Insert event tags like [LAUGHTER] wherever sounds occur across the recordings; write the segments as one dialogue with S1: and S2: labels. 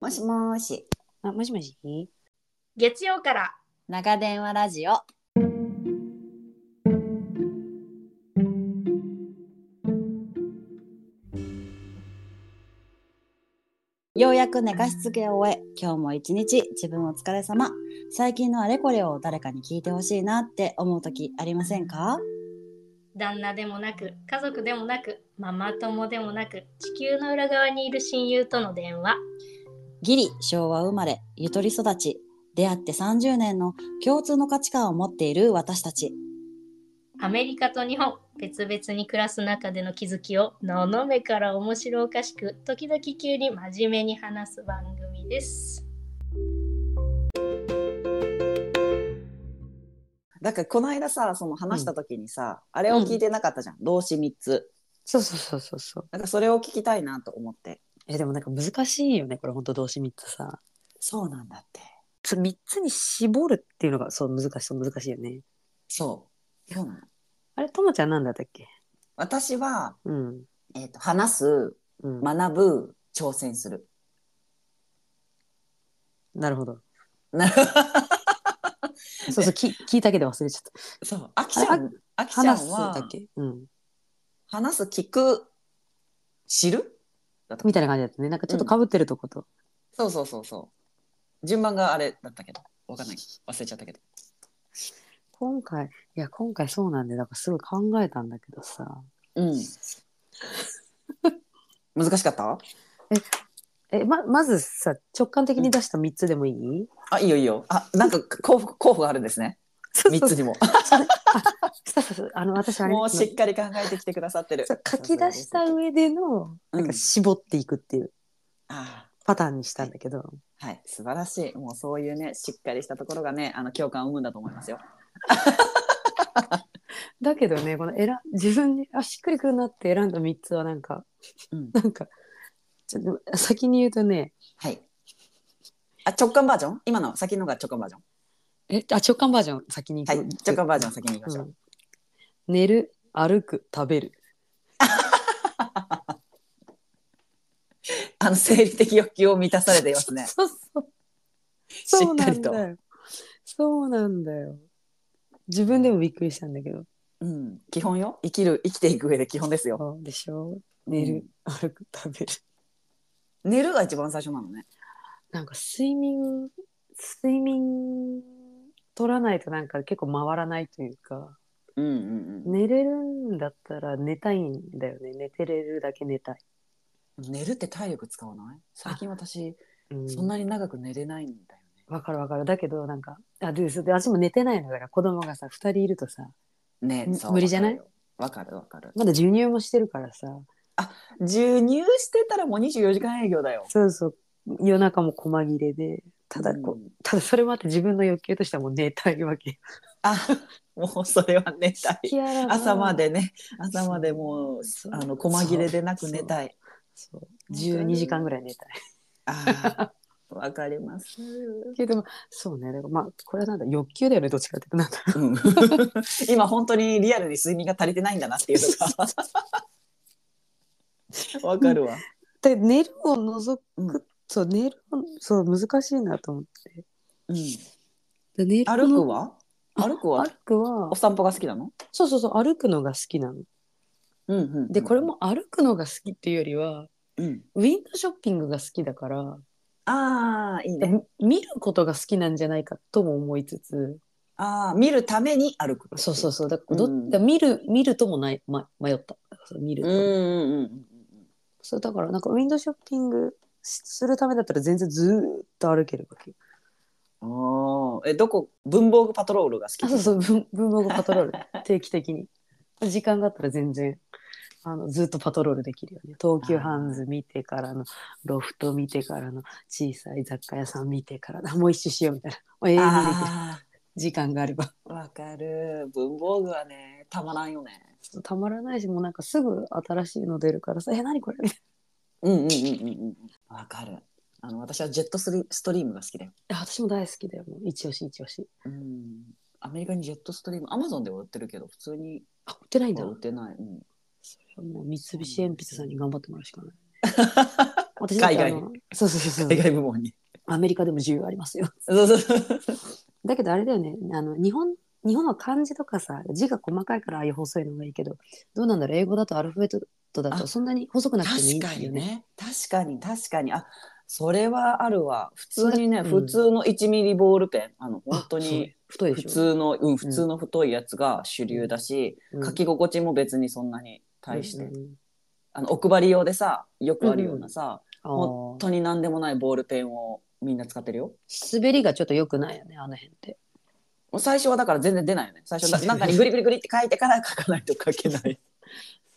S1: もしもーし、
S2: あ、もしもし。
S3: 月曜から
S1: 長電話ラジオ。ようやく寝かしつけを終え、今日も一日自分お疲れ様。最近のあれこれを誰かに聞いてほしいなって思う時ありませんか
S3: 旦那でもなく家族でもなくママ友でもなく地球の裏側にいる親友との電話
S1: ギリ昭和生まれ、ゆとり育ち、出会って30年の共通の価値観を持っている私たち。
S3: アメリカと日本別々に暮らす中での気づきをののめから面白おかしく時々急に真面目に話す番組です
S4: だからこの間さその話した時にさ、あれを聞いてなかったじゃん、動詞3つ
S2: そうそうそうそうそう。
S4: なんかそれを聞きたいなと思って
S2: え、でもなんか難しいよね。これ本当動詞3つさ。
S4: そうなんだって
S2: つ3つに絞るっていうのがそう難しい、そう難しいよね。
S4: そうそうなの
S2: あれ、ともちゃんなんだったっけ
S4: 私は、
S2: うん。
S4: えー、と話す
S2: うん、
S4: 学ぶ挑戦する
S2: なるほど。
S4: な
S2: [LAUGHS] そうそう、き聞いたけど忘れちゃっ
S4: そうあきちゃんあき
S2: た。
S4: ちゃ
S2: 話
S4: ん
S2: すだっ
S4: は
S2: けうん。
S4: 話す聞く知るだった
S2: みたいな感じだったね。なんかちょっと被ってるとこと。
S4: そうそうそうそう順番があれだったけどわかんない忘れちゃったけど
S2: 今回、いや、今回そうなんで、なんかすごい考えたんだけどさ。
S4: うん [LAUGHS] 難しかった
S2: え、ま、まずさ、直感的に出した3つでもいい、
S4: あいいよいいよあなんか候補候補があるんですね
S2: そうそう
S4: 3つにも
S2: そうそうそうあの、私、あれ
S4: もうしっかり考えてきてくださってる。
S2: そう書き出した上での、
S4: うん
S2: なんか絞っていくっていう
S4: あ
S2: パターンにしたんだけど、
S4: あはい、素晴らしい。もうそういうね、しっかりしたところがね、あの共感を生むんだと思いますよ。
S2: だけどねこの選自分であしっくりくるなって選んだ3つはなんか
S4: うん、
S2: [LAUGHS] なんかちょっと先に言うとね
S4: はい。あ、直感バージョン？今の先のが直感バージョン。
S2: えあ直感バージョン先に
S4: は
S2: 行く、
S4: い、直感バージョン先に言いましょ
S2: う
S4: う。
S2: ん寝る歩く食べる。
S4: あの生理的欲求を満たされていますね
S2: そうそう
S4: し
S2: [LAUGHS] そう
S4: っ
S2: な
S4: かり
S2: ん
S4: と。
S2: だよそうなんだよ自分でもびっくりしたんだけど
S4: うん、基本よ。生きる生きていく上で基本ですよ。
S2: そうでしょ寝る、歩く食べる
S4: うん。寝るが一番最初なのね。
S2: なんか睡眠睡眠取らないとなんか結構回らないというか
S4: うんうんうん。
S2: 寝れるんだったら寝たいんだよね寝てれるだけ寝たい、
S4: 寝るって体力使わない？最近私
S2: うん、
S4: そんなに長く寝れないんだよ
S2: わかるわかるだけどなんかあでそうで私も寝てないのだから子供がさ2人いるとさ
S4: ね。
S2: ん
S4: ね、そう
S2: 無理じゃない？
S4: わかるわかる。
S2: まだ授乳もしてるからさ
S4: 授乳してたらもう24時間営業だよ。
S2: そうそう夜中も細切れでただこう、
S4: うん
S2: ただそれもあって自分の欲求としてはもう寝たいわけ
S4: あもうそれは寝たい。朝までね朝までもう
S2: そう
S4: あの細切れでなく寝たい。
S2: そう12時間ぐらい寝たい
S4: あ
S2: [LAUGHS]
S4: ーわかります。
S2: けどそうねだからまあこれはなんだ欲求だよねどっちかっていうとなんか [LAUGHS]
S4: うん [LAUGHS] 今本当にリアルに睡眠が足りてないんだなっていうのが [LAUGHS] わかるわ。
S2: で寝るを除く、
S4: うん
S2: そう寝るをそう難しいなと思って
S4: うん、
S2: で寝る
S4: 歩く
S2: は
S4: は歩くは
S2: 歩くは
S4: お散歩が好きなの？
S2: そうそうそう歩くのが好きなの
S4: うんうんうん
S2: でこれ、も歩くのが好きっていうよりは
S4: うん、
S2: ウィンドウショッピングが好きだから
S4: ああいいね。
S2: で見ることが好きなんじゃないかとも思いつつ
S4: ああ見るために歩く。
S2: そうそうそうだからど、
S4: うん
S2: だから見る見るともない、ま、迷ったそう見る
S4: う
S2: と、
S4: んうんうんうん。
S2: そうだからなんかウィンドウショッピングしするためだったら全然ずーっと歩けるわけ
S4: ああえどこ文房具パトロールが好き？
S2: あそうそう文 [LAUGHS] 文房具パト
S4: [LAUGHS]
S2: ロール定期的に時間があったら全然あのずっとパトロールできるよね東急ハンズ見てからのロフト見てからの小さい雑貨屋さん見てからあもう一周しようみたいなもう永遠にできる
S4: あ
S2: 時間があれば
S4: あ [LAUGHS] わかる文房具はねたまらんよね
S2: そうたまらないしもうなんかすぐ新しいの出るからさ「え何これ?」みたい
S4: うんうんうんうんうんわかるあの私はジェットスリストリームが好きだよ、
S2: なあ私も大好きだよもう一押し一押し
S4: うん、アメリカにジェットストリームアマゾンでは売ってるけど普通に
S2: あ売ってないんだ
S4: は売ってない、うん、 [LAUGHS]
S2: もう三菱鉛筆さんに頑張ってもらうしかないあ私なんて
S4: 海外
S2: あのそうそうそう
S4: 海
S2: そう
S4: 外部門に。
S2: アメリカでも自由ありますよ
S4: そうそう。
S2: だけどあれだよねあの日本日本は漢字とかさ字が細かいからああいう細いのがいいけどどうなんだろう英語だとアルファベットだと
S4: あ
S2: そんなに細くなくてもいいん
S4: 確か
S2: だ
S4: に
S2: よね。
S4: ね。確かに、確かに。あ、それはあるわ。普通にね、
S2: それ
S4: 普通の1ミリボールペン。あの、
S2: あ
S4: 本当に。
S2: そう太いで
S4: 普
S2: しょ。
S4: 通の、うん、普通の太いやつが主流だし、
S2: うん
S4: 書き心地も別にそんなに対して。
S2: うん
S4: あの、お配り用でさ、よくあるようなさ、
S2: あ
S4: 本
S2: ー
S4: 当に何でもないボールペンをみんな使ってるよ。
S2: 滑りがちょっと良くないよねあの辺って。
S4: もう最初はだから全然出ないよね。
S2: [LAUGHS]
S4: 最初ななんかにグリグリグリって書いてから書かないと書けない。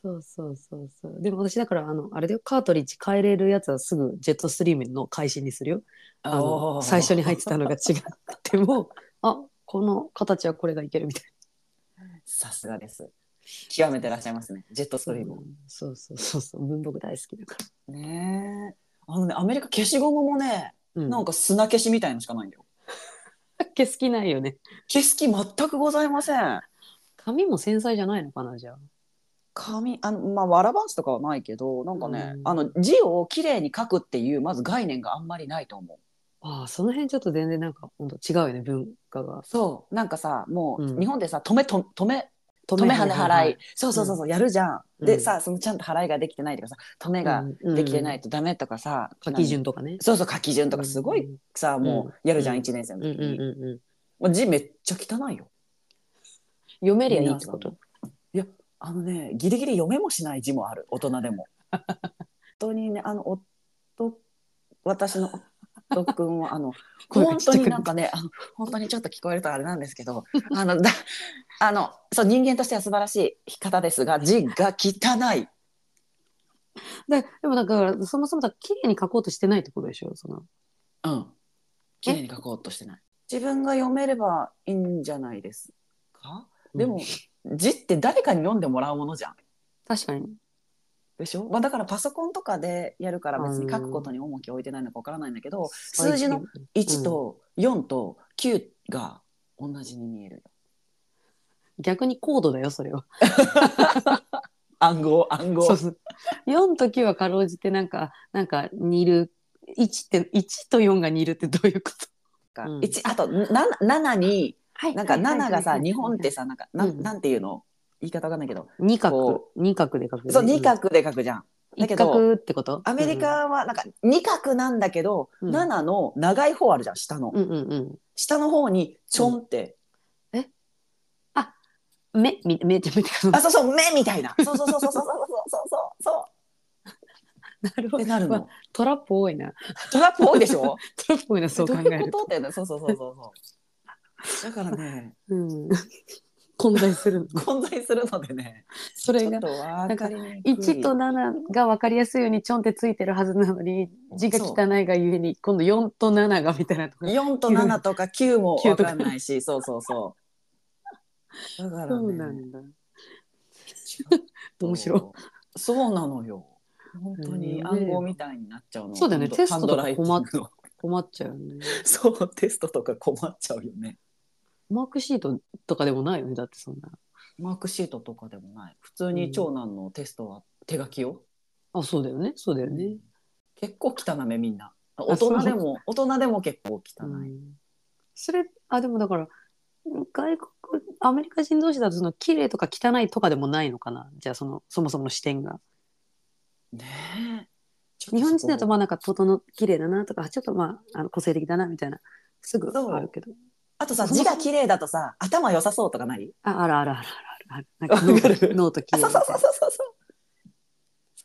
S2: そうそうそうそう。でも私だからあのあれだよカートリッジ変えれるやつはすぐジェットストリームの開始にするよ。あの最初に入ってたのが違って [LAUGHS] もあこの形はこれがいけるみたいな。
S4: さすがです。極めてらっしゃいますね。ジェットストリーム。
S2: そうそうそうそう文房具大好きだか
S4: ねえ。あのね、アメリカ消しゴムもね、
S2: ら。うん
S4: なんか砂消しみたいのしかないんだよ。
S2: 消す気ないよね。
S4: 消す気全くございません。
S2: 髪も繊細じゃないのかなじゃあ。
S4: 紙、あの、まあ、わらばんすとかはないけど、なんかね、
S2: うん
S4: あの、字をきれいに書くっていう、まず概念があんまりないと思う。
S2: ああその辺ちょっと全然なんか本当違うよね文化が。
S4: そう。なんかさ、もう、
S2: うん
S4: 日本でさ、止め、と止め、
S2: 止
S4: 止め、跳ね、払い。そうそうそうそう、やるじゃん。
S2: うん。
S4: でさ、そのちゃんと払いができてないとかさ、止めができてないいとダメとかさ、
S2: 書き順とかね。
S4: そうそう書き順とかすごいさ、もうやるじゃん、
S2: うん
S4: 1年生
S2: う
S4: の
S2: んう
S4: 時
S2: ん
S4: に、
S2: うんうん。
S4: もう字めっちゃ汚いよ
S2: 読めりゃいいってこと。
S4: あのねギリギリ読めもしない字もある大人で
S2: [LAUGHS]
S4: も本当にねあの夫私の夫君はあの
S2: [LAUGHS] 声
S4: 本
S2: がちっ
S4: 当
S2: ちゃくなった
S4: になんかねあの本当にちょっと聞こえるとあれなんですけ
S2: [LAUGHS]
S4: どあのだあのそう人間としては素晴らしい方ですが字が汚い
S2: ででもだからそもそもだから綺麗に書こうとしてないってことでしょその
S4: うん綺麗に書こうとしてない自分が読めればいいんじゃないですかでも、字って誰かに読んでもらうものじゃん。
S2: 確かに
S4: でしょ、まあ、だからパソコンとかでやるから別に書くことに重きを置いてないのかわからないんだけど、数字の1と4と9が同じに見えるよ。
S2: 逆に高度だよそれは。
S4: 暗号暗号
S2: そうそう4と9はかろうじてなんかなんか似る1って1と4が似るってどういうこと
S4: か、
S2: うん
S4: 一あと7に
S2: はい
S4: なんか7がさ日本って
S2: さ
S4: さなんかな,、
S2: うん
S4: ん、なんていうの言い方わかんないけど、
S2: 2角
S4: こ
S2: 二角で書く
S4: そう2角で書くじゃん。だけ
S2: 一
S4: ど
S2: 角ってこと
S4: アメリカはなんか2角なんだけど、
S2: うん
S4: 7の長い方あるじゃん下の、
S2: うんうんうん
S4: 下の方にちょんって、
S2: うん目み目って目って書く
S4: あそうそう目みたいなそうそうそうそうそうそうそうそう
S2: なるほ
S4: っ
S2: ど
S4: てな
S2: [LAUGHS]
S4: る
S2: うわ
S4: の。
S2: [LAUGHS] トラップ多いな
S4: トラップ多いでしょ。
S2: トラップ多いなそう
S4: ど
S2: 考
S4: う
S2: え
S4: いう
S2: る
S4: こと
S2: と
S4: ってね。そうそうそうそう
S2: [LAUGHS]
S4: そう。だからね、
S2: うん混在す
S4: [LAUGHS]
S2: るの
S4: 混在するのでね。
S2: そ
S4: ち
S2: れ
S4: ょっ
S2: が
S4: とわかりにくい。
S2: 1と7が分かりやすいようにちょんってついてるはずなのに字が汚いがゆえに今度4と7がみたいなところ
S4: 四と七とか九もわかんないし、そうそうそう。だから
S2: そうな
S4: ね。
S2: んだ
S4: ちょっ
S2: [LAUGHS]
S4: と
S2: 面白
S4: そうなのよ。本当に
S2: うん
S4: 暗号みたいになっちゃうの。
S2: そうだよね
S4: ハンド
S2: テストとか
S4: ハンドライティングの [LAUGHS]
S2: 困っちゃうよね
S4: そうテストとか困っちゃうよね。
S2: マークシートとかでもないよねだってそんな
S4: マークシートとかでもない。普通に長男のテストは手書きよ。
S2: あそうだよねそうだよね、
S4: 結構汚めみんな大人でも大人でも結構汚い、
S2: うんそれあでもだから外国アメリカ人同士だとその綺麗とか汚いとかでもないのかなじゃあそのそもそもの視点が
S4: ねえちょっ
S2: 日本人だと
S4: そこ
S2: まあなんか整綺麗だなとかちょっとまああの個性的だなみたいなすぐあるけど
S4: あとさ
S2: そもそ
S4: 字
S2: も
S4: が綺麗だとさ頭良さそうとかない
S2: ああるあるあるあるあるなん
S4: わか
S2: か
S4: る
S2: ノート綺
S4: あ
S2: 麗み
S4: そうそ
S2: た
S4: う
S2: い
S4: そうそう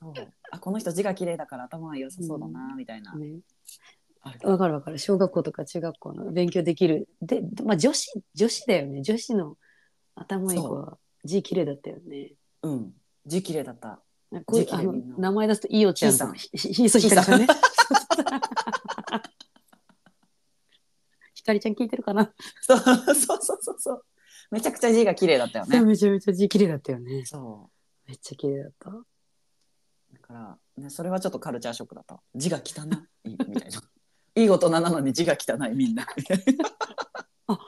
S4: そうそうあこの人字が綺麗だから頭は良さそうだなみたいな、
S2: なね
S4: ある
S2: わかるわかる小学校とか中学校の勉強できるで、でまあ、女子女子だよね女子の頭いい子は字綺麗だったよね
S4: うん字綺麗だった
S2: なんかこういう
S4: 字綺
S2: あ
S4: 麗
S2: の
S4: みんな
S2: 名前出すといいおちゃん
S4: ひーさ
S2: と
S4: ん
S2: ひひひーそひかりちゃんね [LAUGHS] ひかりちゃん聞いてるかな、
S4: そうそうそうそうそうめちゃくちゃ字が綺麗だったよね
S2: めちゃめちゃ字綺麗だったよね
S4: そ
S2: めっちゃ綺麗だった
S4: うだから、ね、それはちょっとカルチャーショックだった字が汚いみたいないい大人なのに字が汚いみんな
S2: だ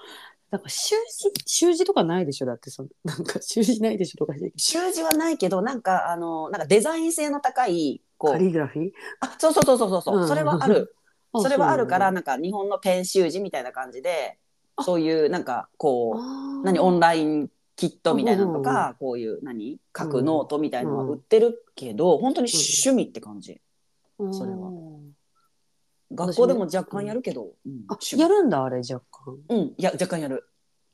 S2: なんか習字習字とかないでしょだってその [LAUGHS] なんか習字ないでしょとか
S4: 習字はないけどなんかあのなんかデザイン性の高いこ
S2: カ
S4: う
S2: リグラフィー
S4: あそうそうそうそうそう、
S2: うん
S4: それはあるそれはあるから
S2: そう
S4: なんか日本のペン習字みたいな感じでそういうなんかこう
S2: なんだ
S4: 何オンラインキットみたいなのと
S2: うんうん
S4: かこういう何書くノートみたいなのは売ってるけど本当に趣味って感じそれは学校でも若干やるけどうん
S2: あ
S4: 趣味
S2: やるんだあれ若干
S4: うんいや若干やる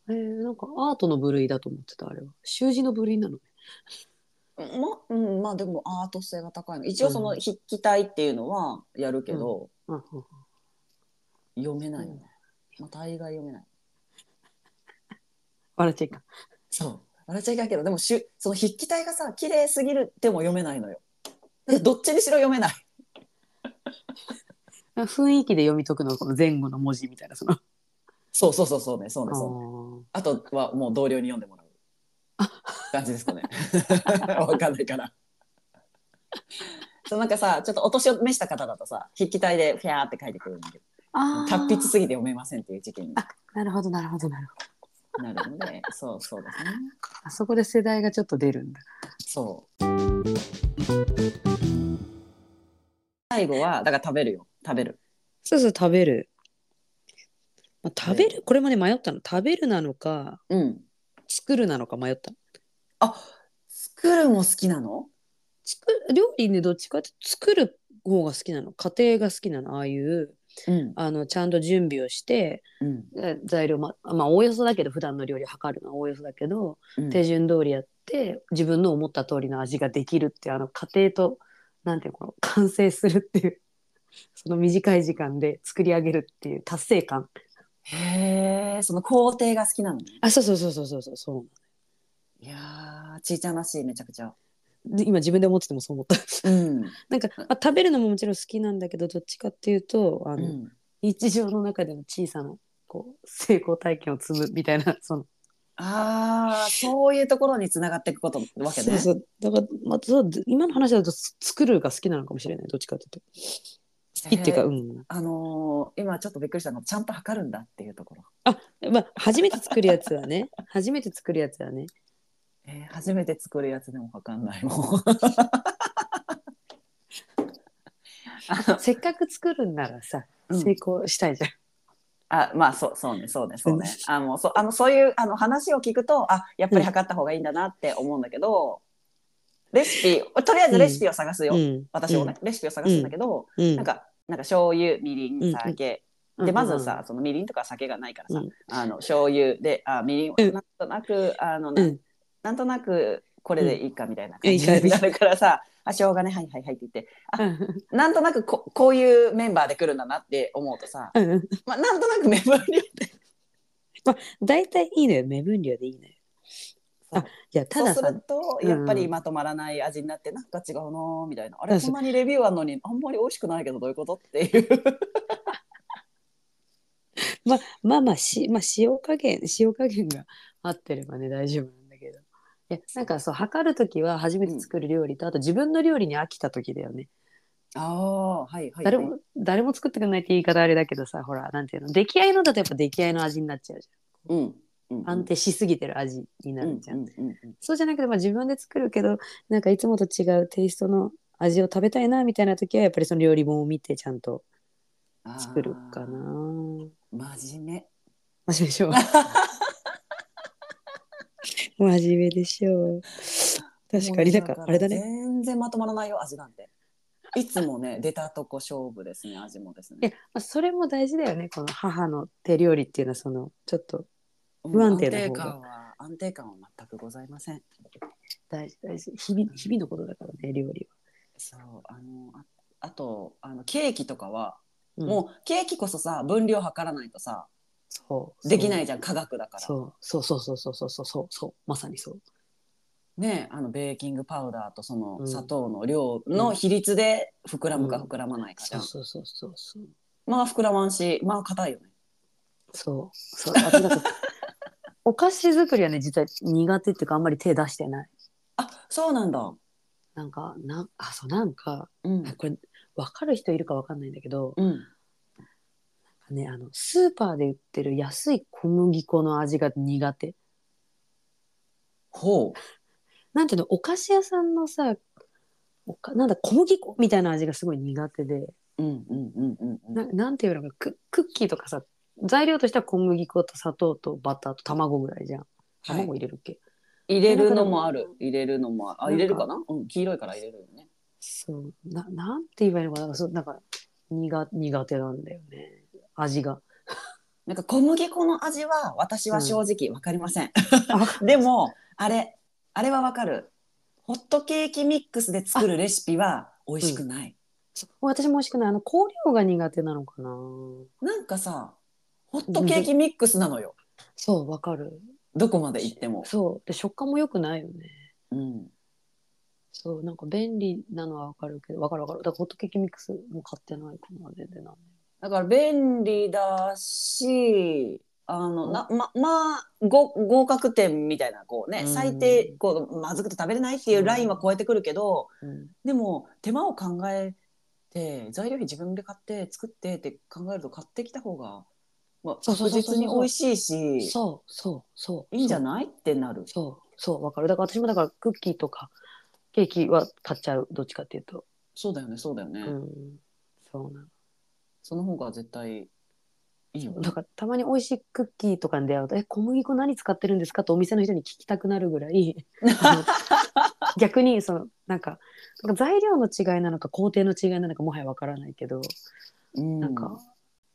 S2: えー、なんかアートの部類だと思ってたあれは習字の部類なのね
S4: まうんまあでもアート性が高いの一応その
S2: うん
S4: 筆記体っていうのはやるけど
S2: うん
S4: 読めないよねまあ大概読めない
S2: 笑っちゃいかん
S4: そう笑っちゃいけないけどでもしゅその筆記体がさ綺麗すぎるでも読めないのよでどっちにしろ読めない
S2: なんか雰囲気で読み解くのはこの前後の文字みたいなその
S4: そうそうそうそうねそうねそうね
S2: あー
S4: あとはもう同僚に読んでもらう感じですかね。 [LAUGHS] わかんないから。そうなんかさちょっとお年を召した方だとさ筆記体でフィャーって書いてくるんだけど
S2: あー
S4: 達筆すぎて読めませんっていう事件に
S2: なるほどなるほどなるほど
S4: なるのでそうそうですね。
S2: あそこで世代がちょっと出るんだ [LAUGHS]
S4: そう最後はだから食べるよ食べる。
S2: そうそう食べる、まあ、
S4: 食
S2: 食
S4: べ
S2: べ
S4: る
S2: るこれまで迷ったの食べるなのか
S4: うん。
S2: 作るなのか迷った
S4: あ作るも好きなの
S2: 作る料理ねどっちかって作る方が好きなの家庭が好きなのああいう
S4: うん
S2: あのちゃんと準備をして
S4: うん
S2: え材料ままあおおよそだけど普段の料理を測るのはおおよそだけど、
S4: うん
S2: 手順通りやって自分の思った通りの味ができるっていうあの過程となんていうのこの完成するっていう [LAUGHS] その短い時間で作り上げるっていう達成感
S4: へえその工程が好きなのね。
S2: あそうそうそうそうそうそうそ
S4: いやーちいちゃんらしいめちゃくちゃ。
S2: うで今自分で思っててもそう思った [LAUGHS]
S4: うん。
S2: なんか、まあ、食べるのももちろん好きなんだけどどっちかっていうとあ
S4: う
S2: の、
S4: ん
S2: 日常の中での小さなこう成功体験を積むみたいな [LAUGHS] その
S4: ああ、そういうところに繋がっていくことわけ
S2: そ
S4: ね。
S2: うそうだから、まあ、そう今の話だとつ作るが好きなのかもしれないどっちかっていうと好きっていうか
S4: へー
S2: うん
S4: あのー今ちょっとびっくりしたのがちゃんと測るんだっていうところ。
S2: まあ初めて作るやつはね初めて作るやつは
S4: [LAUGHS]
S2: ね
S4: えー初めて作るやつでもわかんないもん。 [LAUGHS]
S2: せっかく作るんならさ
S4: うん
S2: 成功したいじゃん、
S4: あ、まあそうそうね、そうね、そう [LAUGHS] ね。あもうそあのそういうあの話を聞くと、あ、やっぱり測った方がいいんだなって思うんだけど、レシピ、とりあえずレシピを探すよ。
S2: うん
S4: 私もね、レシピを探すんだけど、
S2: うん
S4: なんかなんか醤油、みり、
S2: うんん
S4: 酒。
S2: うん
S4: でまずさ、そのみりんとか酒がないからさ、
S2: うん
S4: あの醤油であみりん
S2: う
S4: を
S2: ん
S4: なんとなくあの、
S2: うん
S4: なんとなくこれでいいかみたいな
S2: うん
S4: 感じに
S2: いい
S4: な
S2: か
S4: るからさ、あしょうがねはいはいはいって言って
S2: うん
S4: なんとなくここういうメンバーで来るんだなって思うとさ、
S2: うん
S4: まあ、なんとなくメンバーに
S2: 大体いいのよ目分量でいいのよ
S4: そ
S2: あ
S4: う
S2: いやただ
S4: そうす
S2: さ
S4: ると
S2: うん
S4: やっぱりまとまらない味になってなんか違うなーみたいな、あ
S2: う
S4: れ
S2: ん
S4: こんなにレビューあるのにあんまり美味しくないけどどういうことっ
S2: [LAUGHS]
S4: ていう
S2: ままあまあし、まあ、塩加減塩加減が合ってればね大丈夫なんだけどいやなんかそう測る時は初めて作る料理と、あと自分の料理に飽きた時だよね
S4: ああはいはい、
S2: 誰も誰も作ってくれないって言い方あれだけどさほらなんていうの出来合いのだとやっぱ出来合いの味になっちゃうじ
S4: うんうん
S2: ゃん安定しすぎてる味になるじゃん、
S4: うんうんうんうん
S2: そうじゃなくて、まあ、自分で作るけどなんかいつもと違うテイストの味を食べたいなみたいな時はやっぱりその料理本を見てちゃんと
S4: あー
S2: 作るかな
S4: 真面目
S2: [LAUGHS] 真面目でしょう真面目でしょう確かになんかあれだね
S4: 全然まとまらないよ味なんていつもね [LAUGHS] 出たとこ勝負ですね味もです
S2: いや
S4: ね、
S2: まあ、それも大事だよねこの母の手料理っていうのはそのちょっと
S4: うん
S2: 不安定な方が
S4: 安定感は安定感は全くございません
S2: 大事大事日々日々のことだからね料理
S4: そうあのああとあのケーキとかは、
S2: は、うん
S4: もうケーキこそさ分量測らないとさ
S2: そう
S4: できないいじゃん科学だから
S2: そうそうそうそうそうそうそうそうまさにそう
S4: ねあのベーキングパウダーとその
S2: うん
S4: 砂糖の量の比率で膨らむか膨らまないかじ
S2: そ
S4: ゃ、
S2: うんそうそうそうそう
S4: まあ膨らまんしまあ硬いよね
S2: そう。そうあと [LAUGHS] なんかお菓子作りはね、実は苦手っていうか、あんまり手出してない。
S4: あそうなんだ
S2: なんか、なあ、そう、なんか、
S4: うん
S2: これ、わかる人いるかわかんないんだけど、
S4: うん
S2: ね、あのスーパーで売ってる安い小麦粉の味が苦手
S4: ほ
S2: なんていうのお菓子屋さんのさおかなんだ小麦粉みたいな味がすごい苦手で
S4: う。うんうんうんうんうん。
S2: ななんていうのかククッキーとかさ材料としては小麦粉と砂糖とバターと卵ぐらいじゃん
S4: はい
S2: 卵入れるっけ、
S4: 入れるのもある。入れるのもある。あ、入れるかなうん、黄色いから入れるよね。
S2: そうななんて言えばいいのかななんかそうなんか苦苦手なんだよね味
S4: [LAUGHS]
S2: が
S4: なんか小麦粉の味は私は正直わかりません。
S2: あわか
S4: でも、あれ、あれはわかる。ホットケーキミックスで作るレシピは美味しくない。
S2: そう私も美味しくないあの香料が苦手なのかな
S4: なんかさ、ホットケーキミックスなのよ。
S2: そうわかる
S4: どこまで行っても。
S2: そうで食感も良くないよね
S4: うん。
S2: そうなんか便利なのはわかるけどわかるわかるだからホットケーキミックスも買ってないかな全然な
S4: だから便利だし、あの、な、ま、まあ、ご合格点みたいな、こうね、
S2: うん
S4: 最低、こう、まずくて食べれないっていうラインは超えてくるけど、
S2: うん
S4: でも手間を考えて材料費自分で買って作ってって考えると買ってきた方が、まあ、
S2: そうそう
S4: 確
S2: そうそう
S4: 実に美味しいし
S2: そうそうそう
S4: いいんじゃないってなる。
S2: そうそうわかるだから私もだからクッキーとかケーキは買っちゃうどっちかっていうと
S4: そうだよねそうだよね、
S2: うんそうな
S4: その方が絶対いいよ
S2: の
S4: ね
S2: だ。からたまに美味しいクッキーとかに出会うと「え小麦粉何使ってるんですか?」とお店の人に聞きたくなるぐらい
S4: [LAUGHS]
S2: あの逆にそのなんかなんか材料の違いなのか工程の違いなのかもはやわからないけど
S4: うん
S2: なんか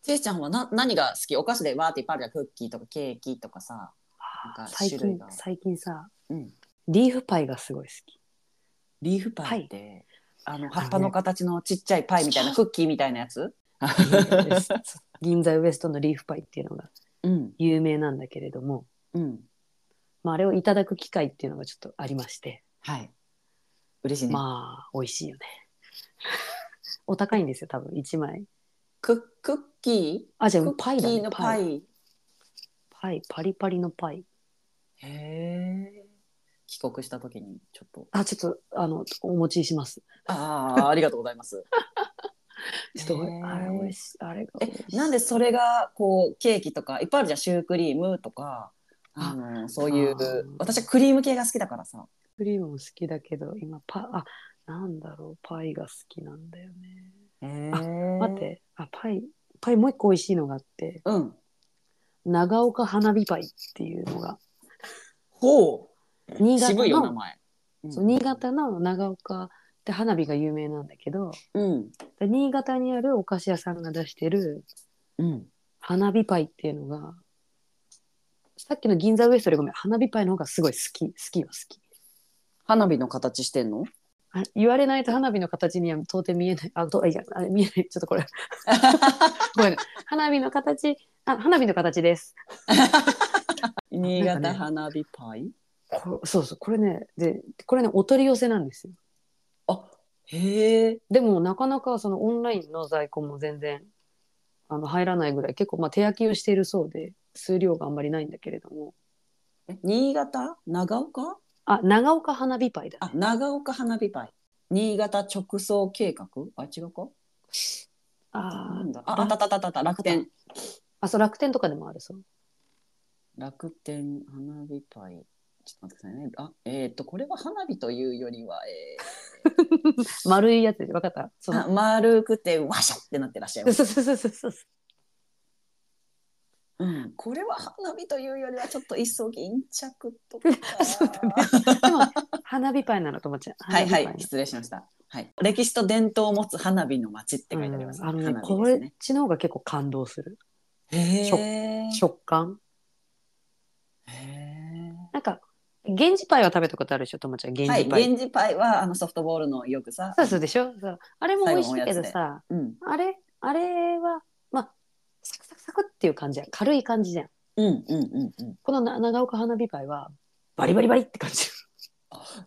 S4: ちえちゃんはな何が好きお菓子でわーっていっぱいあるじゃんクッキーとかケーキとかさなんか
S2: 最
S4: 種類
S2: 近
S4: が
S2: 最近さ
S4: うん、
S2: リーフパイがすごい好き。
S4: リーフパイって、あの葉っぱの
S2: あのね
S4: 形のちっちゃいパイみたいなクッキーみたいなやつ、
S2: 銀座ウエストのリーフパイっていうのが
S4: うん
S2: 有名なんだけれども、
S4: うん、
S2: まあ、あれをいただく機会っていうのがちょっとありまして、
S4: はい嬉しいね、
S2: まあ美味しいよねお高いんですよ多分1枚
S4: ククッキー
S2: あじゃあ
S4: ク
S2: パイ
S4: ッキ
S2: だ
S4: ー
S2: ね
S4: の
S2: パ
S4: パ
S2: イ
S4: イ。
S2: パイパリパリのパイ
S4: へえ。帰国した時にちょっと。
S2: あちょっとあのお持ちします
S4: ああ、ありがとうござい
S2: [LAUGHS]
S4: ます。
S2: ちょっと
S4: へー
S2: あれ美味しいあれが美味し
S4: え、
S2: い
S4: なんでそれがこうケーキとかいっぱいあるじゃん、シュークリームとか。あのそういう
S2: あー
S4: 私はクリーム系が好きだからさ
S2: クリームも好きだけど今パあなんだろうパイが好きなんだよね
S4: 待
S2: 待ってあパイパイもう一個美味しいのがあって
S4: うん
S2: 長岡花火パイっていうのが
S4: ほう
S2: 新潟
S4: 渋いよ名
S2: の
S4: 前
S2: そう新潟の長岡って花火が有名なんだけど
S4: うん
S2: で新潟にあるお菓子屋さんが出してる
S4: うん
S2: 花火パイっていうのがさっきの銀座ウエストよりごめん花火パイの方がすごい好き好きは好き
S4: 花火の形してんの
S2: あ言われないと花火の形には到底見えないあとあいやあ見えないちょっ [LAUGHS] とこ
S4: [LAUGHS]
S2: れごめん花火の形あ花火の形です
S4: 新
S2: なんか
S4: 潟
S2: ね
S4: 花火パイ
S2: こそうそうこれねでこれねお取り寄せなんですよ
S4: へえ
S2: でもなかなかそのオンラインの在庫も全然あの入らないぐらい結構まあ手焼きをしているそうで数量があんまりないんだけれども
S4: 新潟長岡
S2: あ長岡花火パイだ
S4: あ長岡花火パイ新潟直送計画あ違うかな
S2: あ
S4: ん
S2: ー
S4: だああったあったあったあった楽天
S2: あそう楽天とかでもあるそう
S4: 楽天花火パイちょっと待ってくださいねあえっ、とこれは花火というよりは、え
S2: 丸いやつで分かったそ
S4: [LAUGHS] ー、あ
S2: の
S4: 丸くてワシャってなってらっしゃいます、
S2: そうそうそうそうそう
S4: うん、これは花火というよりはちょっと一層銀着とか [LAUGHS]
S2: そうだねでも花火パイなのともちゃん
S4: はいは
S2: 花
S4: い
S2: 火
S4: 失礼しました、はい、歴史と伝統を持つ花火の街って書いてあります、
S2: パイなのうんあのね
S4: 花火
S2: こ
S4: です
S2: っ
S4: ね
S2: ちの方が結構感動する
S4: へー
S2: 食感
S4: へー
S2: なんか源氏パイは食べたことあるでしょともちゃん源
S4: は
S2: 氏
S4: い
S2: パイ、
S4: 源氏パイはあのソフトボールのよくさ
S2: そうそうでしょそうあれも美味しいけど
S4: 最後のおやつ
S2: さ
S4: うん
S2: あれ、あれは、まあ、サクサクサクっていう感じやん。軽い感じじゃん。
S4: うんうんうんうん
S2: このな長岡花火パイは、バリバリバリって感じ。 [LAUGHS]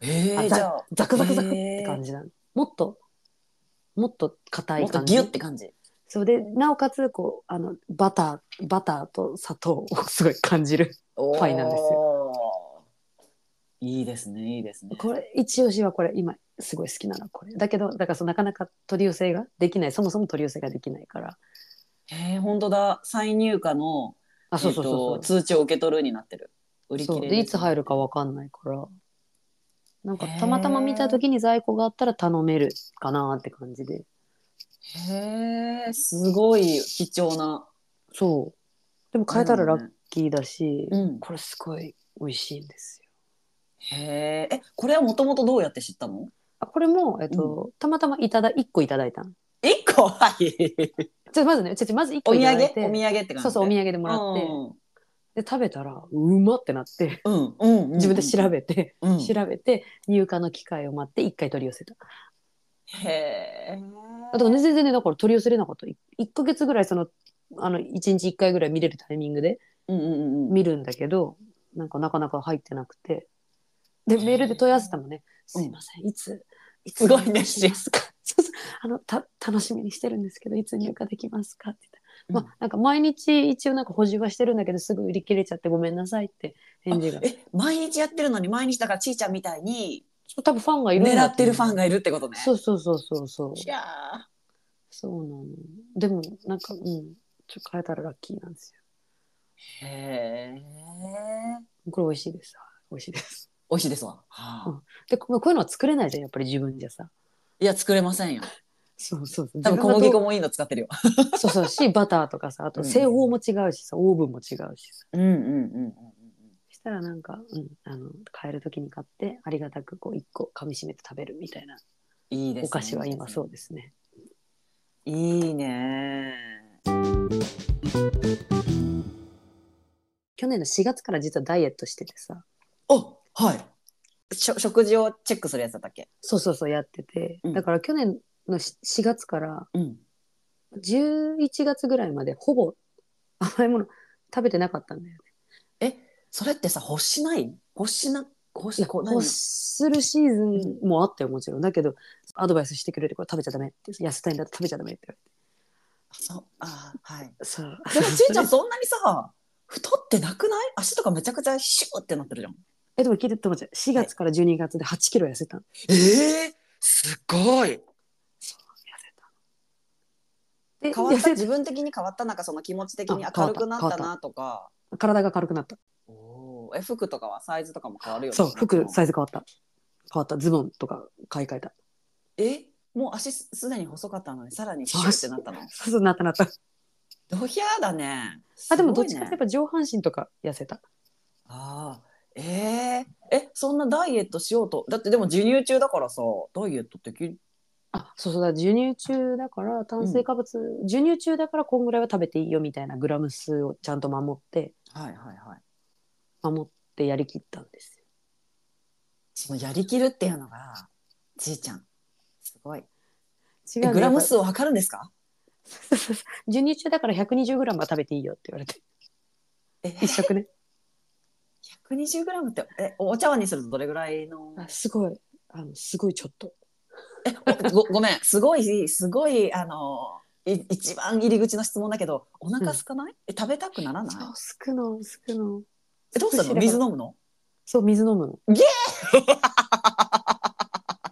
S4: え
S2: あ
S4: ー、じゃあ
S2: ザクザクザクって感じなの。もっと、もっと硬
S4: も
S2: い
S4: っと
S2: 感
S4: ギ
S2: じ。
S4: ュって感じ
S2: そうで、なおかつ、こう、あの、バター、バターと砂糖をすごい感じる。パイなんです
S4: よ。いいですね、いいですね。
S2: これ、一押しはこれ、今、すごい好きなのはこれ。だけど、だからそうなかなか取り寄せができない。そもそも取り寄せができないから。
S4: へえ本当だ再入荷の
S2: あ、そうそうそう
S4: え
S2: そ
S4: っ
S2: う
S4: と。通知を受け取るになってる売り
S2: そ
S4: 切
S2: う
S4: れ
S2: でいつ入るかわかんないからなんかたまたま見た時に在庫があったら頼めるかなって感じで
S4: へえすごい貴重な
S2: そうでも買えたらラッ
S4: ね
S2: キーだし、
S4: うん
S2: これすごい美味しいんですよ
S4: へええこれはもともとどうやって知ったの
S2: あこれも、えっとたまたまいただ1個いただいたの
S4: 一個はい
S2: ちょまずねちょちょまず1
S4: お
S2: 個
S4: 土
S2: いただ
S4: 産
S2: いて
S4: お土産って感じ
S2: そうそうお土産でもらって、で食べたらうまってなって
S4: うんうん、うん、
S2: 自分で調べて、
S4: べ、うん、
S2: 調べて入荷の機会を待って1回取り寄せた
S4: へえ
S2: あとね全然ねだから取り寄せれなかった1ヶ月ぐらいそのあの1日1回ぐらい見れるタイミングで
S4: うんうんうんうん
S2: 見るんだけどなんかなかなか入ってなくてでメールで問い合わせたもんね「
S4: うん
S2: すいませんいついつ
S4: すごい熱
S2: し
S4: 心
S2: ますかそうそうあのた楽しみにしてるんですけどいつ入荷できますか?」って言ったら、
S4: うん
S2: まあ、なんか毎日一応なんか補充はしてるんだけどすぐ売り切れちゃってごめんなさいって返事が
S4: あえ毎日やってるのに毎日だからちーちゃんみたいに
S2: 多分ファンがいるん
S4: 狙
S2: だ
S4: ってるファン
S2: が
S4: がいるってことね
S2: そうそうそうそうそう
S4: いやー
S2: そうなのでもなんかうんちょっと変えたらラッキーなんですよ
S4: へえ。
S2: これ美味しいです。美味しいです。
S4: 美味しいですわ。はあ
S2: うんで、ここういうのは作れないじゃん、やっぱり自分じゃさ。
S4: いや、作れませんよ。
S2: そうそうそう。
S4: 多分小
S2: 自
S4: 麦
S2: 分が
S4: 粉もいいの使ってるよ。
S2: どうそうそうし、バターとかさ、あと
S4: うん
S2: 製法も違うしさ、オーブンも違うしさ。
S4: うんうんうん
S2: そしたらなんか、うん、あの、買える時に買って、ありがたくこう一個噛み締めて食べるみたいな
S4: うん。いいです、ね。
S2: お菓子は今そうですね。
S4: う。いいね。
S2: 去年の4月から実はダイエットしててさ、
S4: お、はい。しょ食事をチェックするやつだったっけ。
S2: そうそうそうやってて、
S4: うん
S2: だから去年のし4月から
S4: うん。
S2: 11月ぐらいまでほぼ甘いもの食べてなかったんだよね。
S4: それってさ、欲しない。欲しな。欲
S2: い
S4: し
S2: や、
S4: こう
S2: こうするシーズンもあったよ、もちろん。だけど、アドバイスしてくれるから食べちゃダメって、痩せたいんだって食べちゃダメって言わ
S4: 何そう、あー、はい。
S2: れて。そう。
S4: でも、 [LAUGHS] ちーちゃん、そんなにさ。太ってなくない足とかめちゃくちゃシューってなってるじゃん。
S2: え、でも聞いててもちゃん、4月から12月で8キロ痩せたの。痩
S4: ええすごい。
S2: せ
S4: 変
S2: た。
S4: わ
S2: で、
S4: った
S2: 痩
S4: 自
S2: せ
S4: 分的に変わったなんかその気持ち的に
S2: あ
S4: 明るくな
S2: 変わ
S4: った
S2: った
S4: なとか。
S2: 体が軽くなった。
S4: おーえ服とかはサイズとかも変わるよね。
S2: そう、服、サイズ変わった。変わった。ズボンとか買い替えた。
S4: えもう足すすでに細かったのにさらにシュッてなったの。
S2: そうそう、なったなった。
S4: ドヒャーだね。
S2: あ、でも
S4: す
S2: ど
S4: ご
S2: っ
S4: い
S2: ち
S4: ね
S2: かってやっぱ上半身とか痩せた。
S4: ああ。えー、えそんなダイエットしようとだってでも授乳中だからさダイエットってき
S2: あ、そうそうだ、授乳中だから、炭水化物、授乳中だからこんぐらいは食べていいよみたいなグラム数をちゃんと守って、
S4: はいはいはい
S2: 守ってやりきったんですよ。
S4: そのやりきるっていうのがじいちゃんすごい
S2: 違
S4: え
S2: うね
S4: グラム数
S2: やっ
S4: を測るんです
S2: ぱ
S4: か
S2: そうそうそう授乳中だから120グラムは食べていいよって言われて
S4: え
S2: 一食ね
S4: 120グラムってえお茶碗にするとどれぐらいの
S2: [LAUGHS] あすごいあのすごいちょっと
S4: おごごめんすごいすごいあのい一番入り口の質問だけどお腹空かない、え食べたくならない
S2: そうすくのすくの
S4: えどうする
S2: 少し
S4: の
S2: だから
S4: 水飲むの
S2: そう水飲むの
S4: ゲ
S2: ー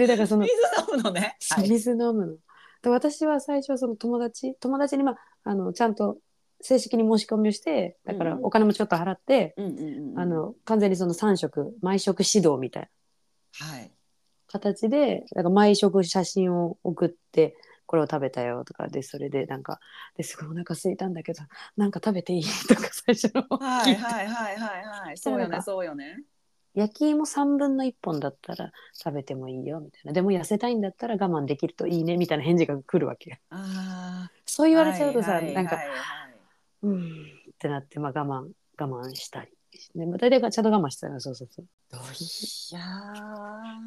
S2: [LAUGHS] でだからその
S4: 水飲むのね。
S2: そう水飲むので私は最初その友達友達にまああのちゃんと正式に申し込みをしてだから
S4: うん
S2: お金もちょっと払って、
S4: うんうんうん。
S2: あ、の完全にその3食毎食指導みたいな
S4: はい。
S2: 形でなんか毎食写真を送ってこれを食べたよとかでそれでなんかですごいお腹空いたんだけどなんか食べていいとか [LAUGHS] 最初の方
S4: は
S2: 聞
S4: い
S2: いて
S4: はいはいはいはい。
S2: そ
S4: そうう
S2: よ
S4: よ
S2: ね
S4: ねそうよね。
S2: 焼き芋3分の1本だったら食べてもいいよみたいなでも痩せたいんだったら我慢できるといいねみたいな返事が来るわけ
S4: ああ。
S2: そう言われちゃうとさ、
S4: はいはい
S2: なんか、
S4: はいは
S2: うーんってなって、まあ、我慢我慢したり。ね、まあ大体がちゃんと我慢してたよそうそうそう
S4: いや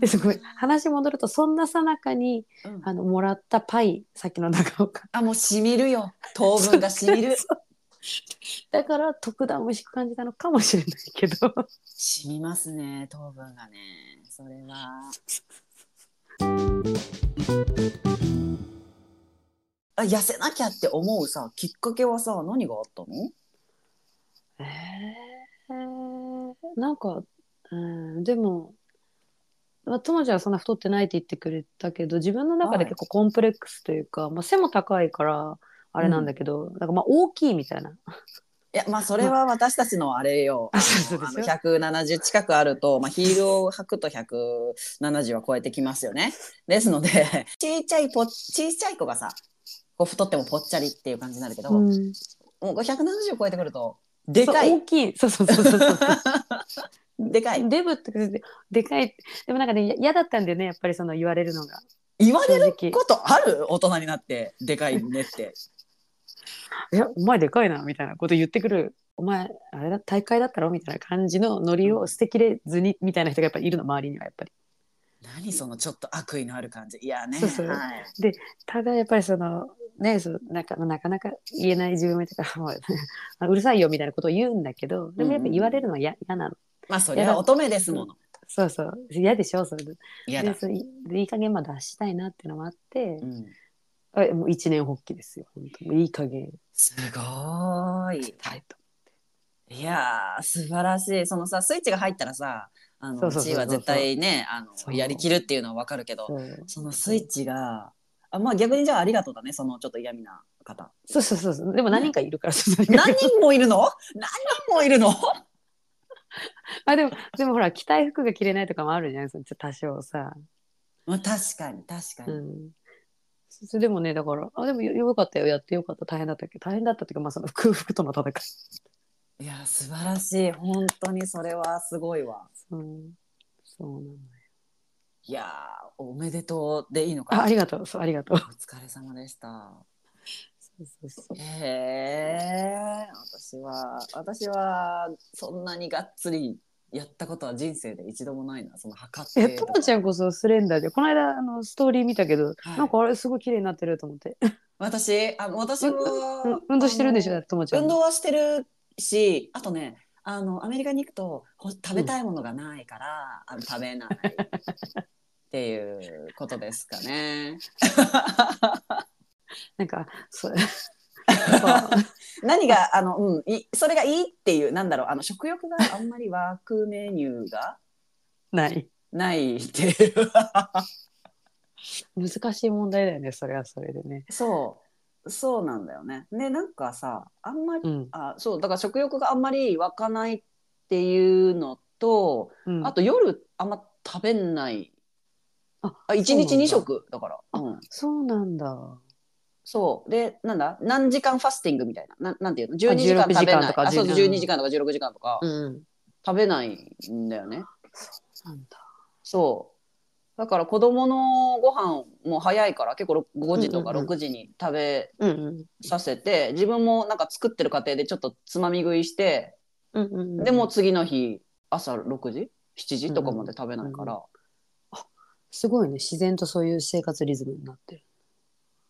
S2: で。すごい話戻るとそんなさなかに
S4: ー。うん
S2: あのもらったパイさっきの長岡
S4: あもう染みるよ。糖分が染みる。
S2: [LAUGHS] だから特段美味しく感じたのかもしれないけど
S4: 染みますね糖分がね。それは。あ痩せなきゃって思うさきっかけはさ何があったの？
S2: えーなんかうんでもまあ、ともちゃんはそんな太ってないって言ってくれたけど自分の中で結構コンプレックスというか、まあ、背も高いからあれなんだけど、なんかまあ大きいみたいな
S4: いやまあそれは私たちのあれよ。あ
S2: あそう
S4: の
S2: ですよ
S4: 170近くあると、まあ、ヒールを履くと170は超えてきますよね。です
S2: [LAUGHS]
S4: ので小さいぽ小さい子がさこう太ってもぽっちゃりっていう感じになるけど、も
S2: うん
S4: う170超えてくるとで
S2: そう
S4: かい
S2: 大きいそうそうそうそう
S4: [LAUGHS]
S2: そう
S4: でかい
S2: デブってででかいでもなんかねや嫌だったんだよねやっぱりその言われるのが
S4: 言われる
S2: 正直
S4: ことある大人になってでかいねって。 [LAUGHS]
S2: 「いやお前でかいな」みたいなこと言ってくる「お前あれだ大会だったろ」みたいな感じのノリを捨てきれずにみたいな人がやっぱりいるの周りにはやっぱり。
S4: 何そのちょっと悪意のある感じ。いやね。
S2: そうそう
S4: はい
S2: ただやっぱりそのねそうなんかまあなかなか言えない自分もいたからもう [LAUGHS] あうるさいよみたいなことを言うんだけどでもやっぱ言われるのはや嫌なの。
S4: まあそれは乙女ですもの。
S2: そうそう嫌でしょそれで
S4: 嫌
S2: で
S4: だ。
S2: それでいい加減まあ出したいなっていうのもあって
S4: う、ん
S2: あもう一年発起ですよ本当もういい加減
S4: すごーい。
S2: たいと
S4: いやー素晴らしいそのさスイッチが入ったらさあ
S2: そ
S4: の
S2: うそうそうそう
S4: 地位は絶対ねあ
S2: そ
S4: の
S2: う
S4: やりきるっていうのはわかるけど
S2: そう
S4: そのスイッチがあまあ逆にじゃあありがとうだねそのちょっと嫌味な方
S2: そうそうそうそうでも何人かいるからそうそう
S4: 何人もいるの何人もいるの
S2: [LAUGHS] あでもでもほら着たい服が着れないとかもあるじゃないですかちょっと多少さ、
S4: まあ確かに確か
S2: う
S4: に、
S2: ん、そそれでもねだからあでもよよかったよやってよかった大変だったけど大変だったっていうか、まあ、その [LAUGHS] 空腹との戦い、
S4: いやー素晴らしい本当にそれはすごいわ
S2: うん、そうなのよ
S4: いやーおめでとうでいいのか
S2: あ
S4: な
S2: ありがとうそうありがとう
S4: お疲れ様でした
S2: そうそうそう
S4: へえ私は私はそんなにがっつりやったことは人生で一度もないなその測って
S2: えともちゃんこそスレンダーでこの間あのストーリー見たけど、
S4: はい
S2: なんかあれすごい綺麗になってると思って、
S4: 私あ私は
S2: うん [LAUGHS] 運動してるんでしょだ
S4: あ
S2: ってともちゃ
S4: の
S2: ん
S4: 運動はしてるしあとねあのアメリカに行くとこう食べたいものがないから、あの食べないっていうことですかね
S2: なんかそう [LAUGHS] そう
S4: 何があの、うん、いそれがいいっていうなんだろうあの食欲があんまりワークメニューが
S2: ない
S4: ないっていう
S2: 難しい問題だよねそれはそれでね
S4: そうそうなんだよね。ねなんかさあんまり、
S2: うん、
S4: あそうだから食欲があんまり湧かないっていうのと、
S2: うん、
S4: あと夜あんま食べない
S2: あ
S4: あ
S2: そ
S4: 一
S2: うなんだ
S4: 日二食だから、うん、
S2: そうなんだ
S4: そうでなんだ何時間ファスティングみたいななんなんていうの12時間
S2: 16
S4: 食べな
S2: 時
S4: い
S2: 間とか
S4: あそう
S2: うん
S4: 12時間とか16時間とか
S2: うん
S4: 食べないんだよね。
S2: なんだ。
S4: そうだから子供のご飯も早いから結構5時とか
S2: うんうんうん
S4: 6時に食べ
S2: うんうん。
S4: させて自分もなんか作ってる過程でちょっとつまみ食いして、
S2: うんうんうん、
S4: でも、次の日朝6時7時とかまで食べないから、
S2: うんすごいね、自然とそういう生活リズムになってる。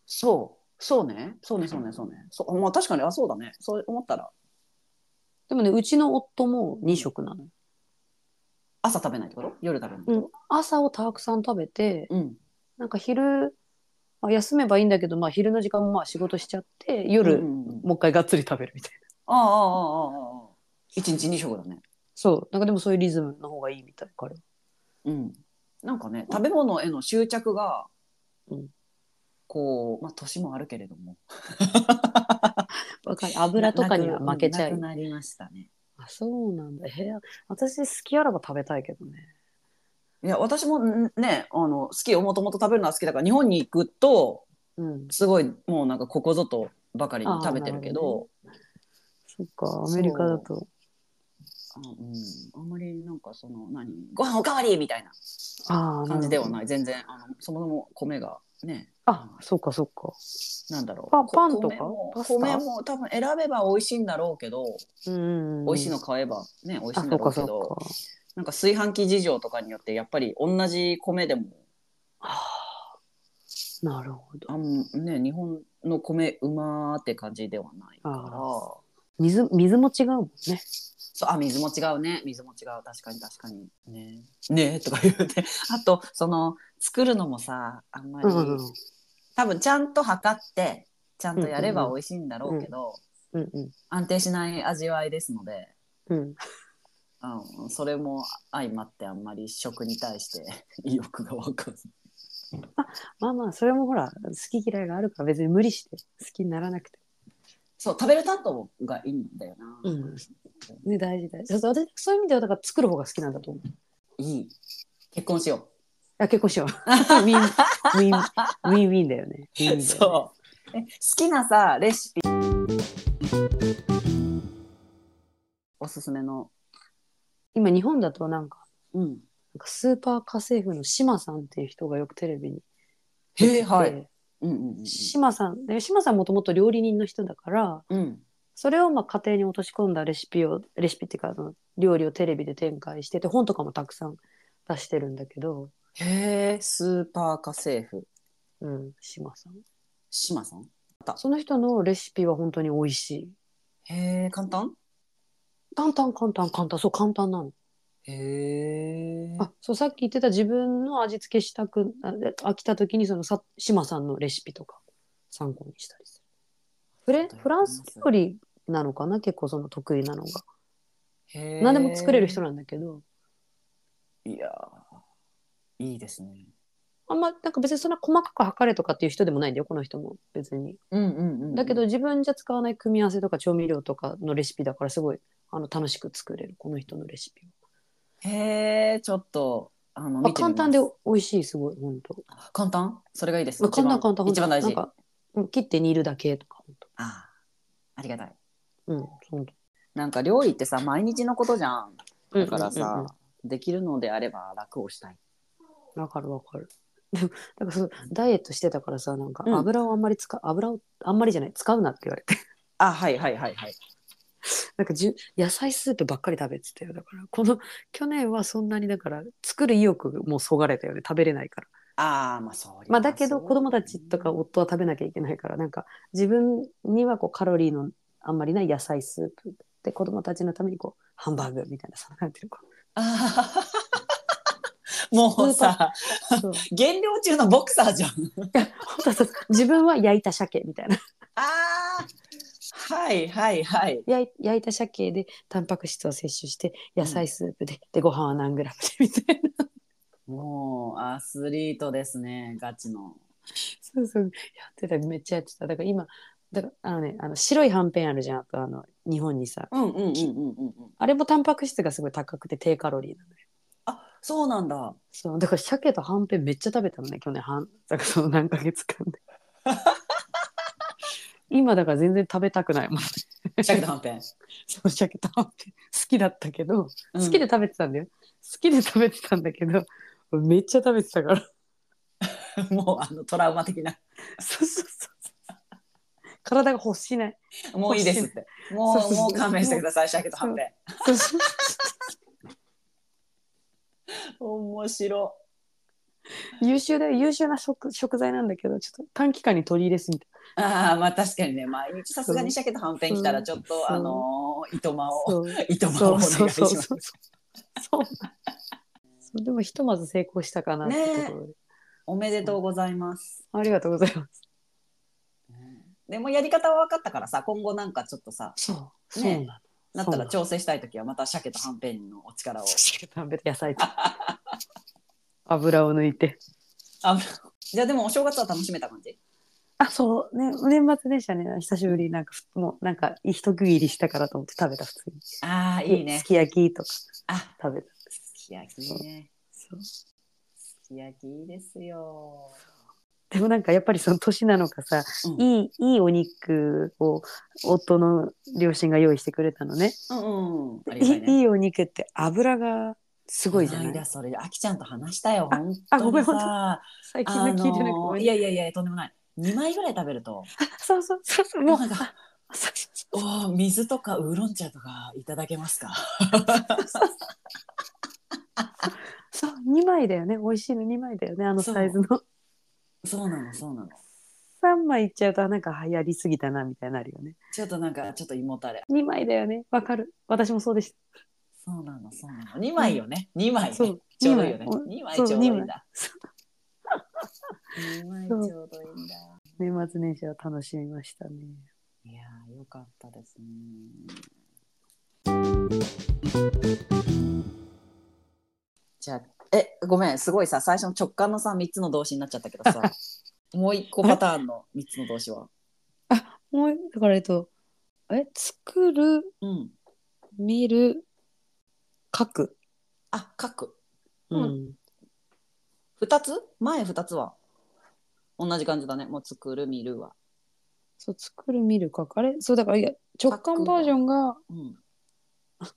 S4: そうそうねそうねそうねそうねそうまあ確かにあそうだねそう思ったら
S2: でもね、うちの夫も2食なの。
S4: 朝食べないってこと夜食べないって
S2: う
S4: こ
S2: ん、朝をたくさん食べて、
S4: とうん
S2: なんか昼、まあ、休めばいいんだけど、まあ昼の時間もまあ仕事しちゃって、夜、
S4: うんうんうん
S2: もう一回がっつり食べるみたいな。
S4: ああああああああ一日二食だね
S2: そう、なんかでもそういうリズムの方がいいみたい、彼は。
S4: うんなんかね食べ物への執着が、
S2: うん
S4: こうまあ年もあるけれども
S2: わかる。油とかには負けちゃ
S4: な
S2: う
S4: く。なりましたね
S2: あ、そうなんだ。へえ私、好きあらば食べたいけどね。
S4: いや私もんねあの好きよもともと食べるのは好きだから日本に行くと
S2: うん。
S4: すごいもうなんかここぞとばかりに食べてるけど
S2: そっか、アメリカだと。
S4: あうん、あんまりなんかその何ご飯おかわりみたいな
S2: ああ、
S4: 感じでは
S2: る
S4: ない全然あのそもそも米がね
S2: ほど。あ、そうか、そうか。
S4: なんだろう
S2: パン
S4: こ
S2: パンとか
S4: 米も
S2: パスタ
S4: 米も多分選べば美味しいんだろうけど
S2: うん。
S4: 美味しいの
S2: か。
S4: 買えばね美味し
S2: あ、
S4: い
S2: そう
S4: んだろ
S2: か、
S4: うけ
S2: そう
S4: ど
S2: か。
S4: なんか炊飯器事情とかによってやっぱり同じ米でも
S2: はあなるほど。
S4: あんね日本の米うまーって感じではないか
S2: あ
S4: ら。
S2: 水水も違うもんね。
S4: そうあ水も違うね水も違う確かに確かにねねとか言うてあとその作るのもさあんまり、
S2: うんうん
S4: 多分ちゃんと測ってちゃんとやれば美味しいんだろうけど、
S2: うんうん
S4: 安定しない味わいですので
S2: うん
S4: うん、それも相まってあんまり食に対して [LAUGHS] 意欲が湧かず。
S2: まあまあそれもほら好き嫌いがあるから別に無理して好きにならなくて
S4: そう、食べる担当がいいんだよな。
S2: うんね大事大事そう私そういう意味ではだから作る方が好きなんだと思うい
S4: いい。結婚しよ
S2: や結構 [LAUGHS] しようウィンウィンウィンウィンだよねウィンウィンだよ
S4: う。
S2: ね
S4: う。え好きなさ、レシピ。おすすめの。
S2: 今日本だとなんか
S4: うん。
S2: なんかスーパー家政婦の志麻さんっていう人がよくテレビに
S4: へえ、
S2: 出てて
S4: はい。うんうんうん
S2: 志麻さんで志麻さんもともと料理人の人だから
S4: うん。
S2: それをまあ家庭に落とし込んだレシピをレシピっていうかあの料理をテレビで展開してて本とかもたくさん出してるんだけど、
S4: へえ、スーパー家政婦。
S2: うん、志麻さん
S4: 志麻さん。
S2: その人のレシピは本当に美味しい
S4: へえ、簡単
S2: 簡単簡単簡単そう簡単なの
S4: へえ。
S2: あそうさっき言ってた自分の味付けしたくあで飽きた時にそのさ志麻さんのレシピとか参考にしたりするフレフランス料理なのかな結構その得意なのが
S4: へえ
S2: 何でも作れる人なんだけど
S4: いやーいいですね。
S2: あんまなんか別にそんな細かく測れとかっていう人でもないんだよこの人も別に
S4: うんうんうん
S2: だけど、自分じゃ使わない組み合わせとか調味料とかのレシピだからすごいあの楽しく作れるこの人のレシピ
S4: へえ、ちょっと、あ
S2: はあ
S4: の、見てみま
S2: 簡単
S4: す
S2: で美味しいすごい本当
S4: 簡単それがいいです。
S2: まあ簡単
S4: 一番
S2: 簡単
S4: 一番大
S2: なん
S4: 事。あ
S2: かうん切って煮るだけとか本
S4: あー、ありがたい。
S2: 当うん本当
S4: なんか料理ってさ、毎日のことじゃん。だから
S2: うんうんうん
S4: さ、できるのであれば楽をしたい。
S2: わかるわかる。でもなんかそうダイエットしてたからさなんか
S4: うん
S2: 油をあんまり使う、油をあんまりじゃない使うなって言われて
S4: あ、はいはいはいはい。
S2: なんかじゅ野菜スープばっかり食べてたよだからこの去年はそんなにだから作る意欲もそがれたよね食べれないから
S4: ああ、まあそう。
S2: まあだけど子供たちとか夫は食べなきゃいけないからなんか自分にはこうカロリーのあんまりない野菜スープで子供たちのためにこうハンバーグみたいなさなんていうのか
S4: あー [LAUGHS] もうさ、
S2: なそう
S4: 減量中のボクサーじゃん。
S2: 本当そう自分は焼いた鮭みたいな
S4: ああ、はいはいはい。
S2: 焼い焼いた鮭でタンパク質を摂取して野菜スープで、でご飯は何グラムでみたいな
S4: もうアスリートですね、ガチの。
S2: そうそうやってためっちゃやってただから今だからあのねあの白いはんぺんあるじゃんあとあの日本にさ
S4: うんうんうんうんうんうん。
S2: あれもタンパク質がすごい高くて低カロリーなのよ
S4: あ、そうなんだ。
S2: そうだから鮭とはんぺんめっちゃ食べたのね去年半だからその何ヶ月間
S4: [LAUGHS]
S2: で今だから全然食べたくないもんね
S4: シャケとはんぺん。 [LAUGHS]
S2: そう鮭とはんぺん好きだったけど
S4: うん
S2: 好きで食べてたんだよ、好きで食べてたんだけどめっちゃ食べてたから
S4: もうあのトラウマ的な。
S2: そうそうそう。体が欲しない。
S4: もういいですって。も
S2: そう
S4: う
S2: そう
S4: もう勘弁してください、シャケとはんぺん。
S2: そうそう
S4: 面白。
S2: 優秀だよ優秀な食食材なんだけどちょっと短期間に取り入れすぎて
S4: ああ、まあ確かにね、毎日さすがにシャケとはんぺん来たらちょっ
S2: そう
S4: とあのー、いとまを、
S2: そう
S4: いとまを
S2: そう
S4: お願いし
S2: そうそうそう
S4: ます
S2: そう。そうでもひとまず成功したかなってところで、
S4: おめでとうございます。
S2: ありがとうございます
S4: でもやり方は分かったからさ、今後なんかちょっとさ、
S2: そうそう
S4: ね
S2: な
S4: なったら
S2: そう
S4: 調整したいときはまたシャケとはんぺんのお力を
S2: の。食べて野菜と油を抜いて
S4: あじゃあでもお正月は楽しめた感じ
S2: あそうね年末でしたね久しぶりになんかふもうなんか一区切りしたからと思って食べた普通に
S4: ああ、いいね
S2: す。き焼きとか
S4: あ、
S2: 食べた
S4: すき焼きいいね。
S2: そう
S4: すき焼きいいですよ。
S2: でもなんかやっぱりその年なのかさ、
S4: うん
S2: いいいいお肉を夫の両親が用意してくれたのね
S4: うんうん。あ
S2: い
S4: りがた
S2: い
S4: いね。
S2: いいお肉って油がすごいじゃ
S4: この
S2: ない
S4: 間それ、あきちゃんと話したよ。
S2: あ
S4: 本
S2: あ
S4: 当
S2: ごめ
S4: に
S2: ん本
S4: さ。
S2: [LAUGHS] 最近
S4: あ
S2: の聞いてないご
S4: の
S2: めん
S4: いやいやいや、とんでもない。2枚ぐらい食べる
S2: [LAUGHS]
S4: と、
S2: あそうそうそうそうもう
S4: もうなんか、
S2: あそうそ
S4: おー水とかウーロン茶とかいただけますか。
S2: うそう2枚だよね美味しいの2枚だよねあの
S4: そう
S2: サイズの [LAUGHS]
S4: そうなの、そうなの。
S2: 3枚いっちゃうとなんか流行りすぎたなみたいになるよね
S4: ちょっとなんか、ちょっと胃もたれ。
S2: 2枚だよねわかる私もそうでし
S4: そうなの、そうなの。2枚よね。2枚
S2: た
S4: ね。
S2: そう
S4: ちょうどいいよね。
S2: 二枚
S4: 2枚ち
S2: そ
S4: ょ
S2: う
S4: うどいいんだ。
S2: そう
S4: 2枚 [LAUGHS] ち
S2: そう
S4: ょうどいいんだ。
S2: 年末年始は楽しみましたね
S4: いやー、よかったですね。じゃあ、え、ごめん、すごいさ、最初の直感のさ、3つの動詞になっちゃったけど
S2: [LAUGHS]
S4: さ、もう一個パターンの3つの動詞は。
S2: もうだからえっとえ作る
S4: うん。
S2: 見る書く、
S4: あ、書く。
S2: うん
S4: 2つ前2つは。同じ感じだね。もう作る、見るは。
S2: そう作る見る書くあれそうだからいや直感バージョンが
S4: うん。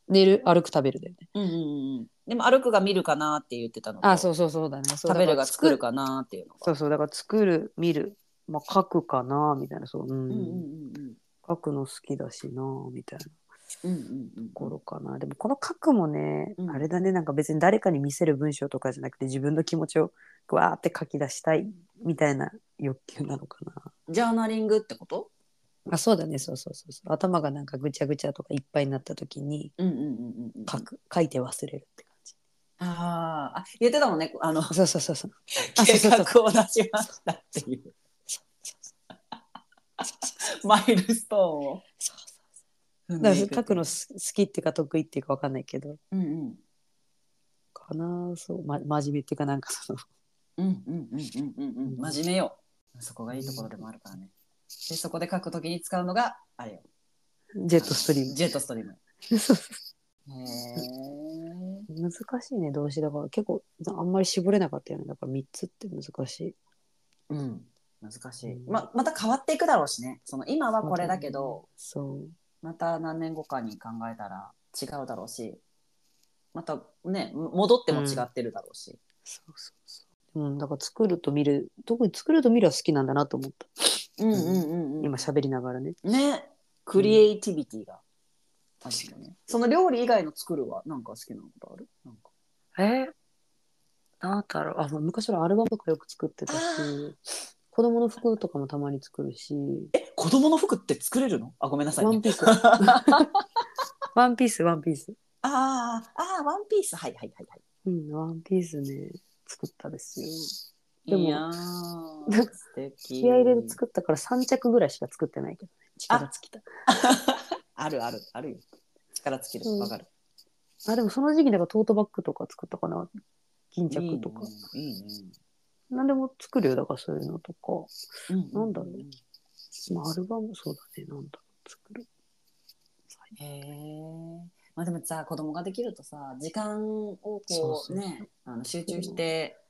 S2: 寝る歩く食べるだよね
S4: うんうんうんうん。でも歩くが見るかなって言ってたのと
S2: あそうそうそうだねそう
S4: 食べるが作る
S2: だ
S4: かなっていうの
S2: ら作
S4: が。
S2: るそうそうだから作る見るまあ書くかなみたいなそう、うん
S4: うんうんうん
S2: 書くの好きだしなみたいなと
S4: うん。うんうん
S2: ころかなでもこの書くもね、
S4: うん
S2: あれだねなんか別に誰かに見せる文章とかじゃなくて自分の気持ちをわーって書き出したいみたいな欲求なのかな
S4: うん。ジャーナリングってこと
S2: あそうだねそうそうそうそう頭がなんかぐちゃぐちゃとかいっぱいになった時に
S4: うんうんうんうん。
S2: 書く書いて忘れるって感じ
S4: あーあ、言ってたもんね。あの、
S2: そうそうそうそうあそう
S4: [LAUGHS] 計
S2: そうそう
S4: 画を出しましたっていう。 [LAUGHS] マイルストーンを
S2: そうそう
S4: 踏ん
S2: だ
S4: で
S2: か
S4: い
S2: ら
S4: く。
S2: 書くのす好きっていうか得意っていうかわかんないけど
S4: うんうん。
S2: かなそう、ま、真面目っていうかなんかその
S4: うんうんうんうんうんうん。真面目よ。そこがいいところでもあるからね。で、そこで書くときに使うのが、あれよ。
S2: ジェットストリーム
S4: ジェットストリーム。
S2: そうそう
S4: へー
S2: 難しいね動詞だから結構あんまり絞れなかったよねだから3つって難しい
S4: うん、難しい
S2: うん
S4: ままた変わっていくだろうしねその今はこれだけど
S2: そう
S4: また何年後かに考えたら違うだろうしまたねも戻っても違ってるだろうし、
S2: そうそうそううんだから作ると見る特に作ると見るは好きなんだなと思った
S4: うん、
S2: うん
S4: うん
S2: 今喋りながらね
S4: ねクリエイティビティが、確かにねその料理以外の作るはなんか好きなことあるなんか
S2: えなんだろうあもう昔はアルバムとかよく作ってたし
S4: あ
S2: 子供の服とかもたまに作るし
S4: え子供の服って作れるのあごめんなさい
S2: ワ
S4: ね
S2: ンピース
S4: [LAUGHS] あ
S2: ワンピースワンピース
S4: あああワンピースはいはいはいは
S2: うんワンピースね作ったですよ
S4: い
S2: でも
S4: いやー
S2: なん
S4: 素敵
S2: 気合い入れて作ったから3着ぐらいしか作ってないけどね力尽きた
S4: あるあるあるよ力尽きる
S2: うん
S4: わかる
S2: あでもその時期だからトートバッグとか作ったかな巾着とか
S4: いいねいいね
S2: 何でも作るよだからそういうのとか、なんだろう
S4: ね
S2: ねまあ、アルバムそうだねなんだろう作る
S4: へえまあでもさ子供ができるとさ時間をこう
S2: そうそう
S4: ねあの集中して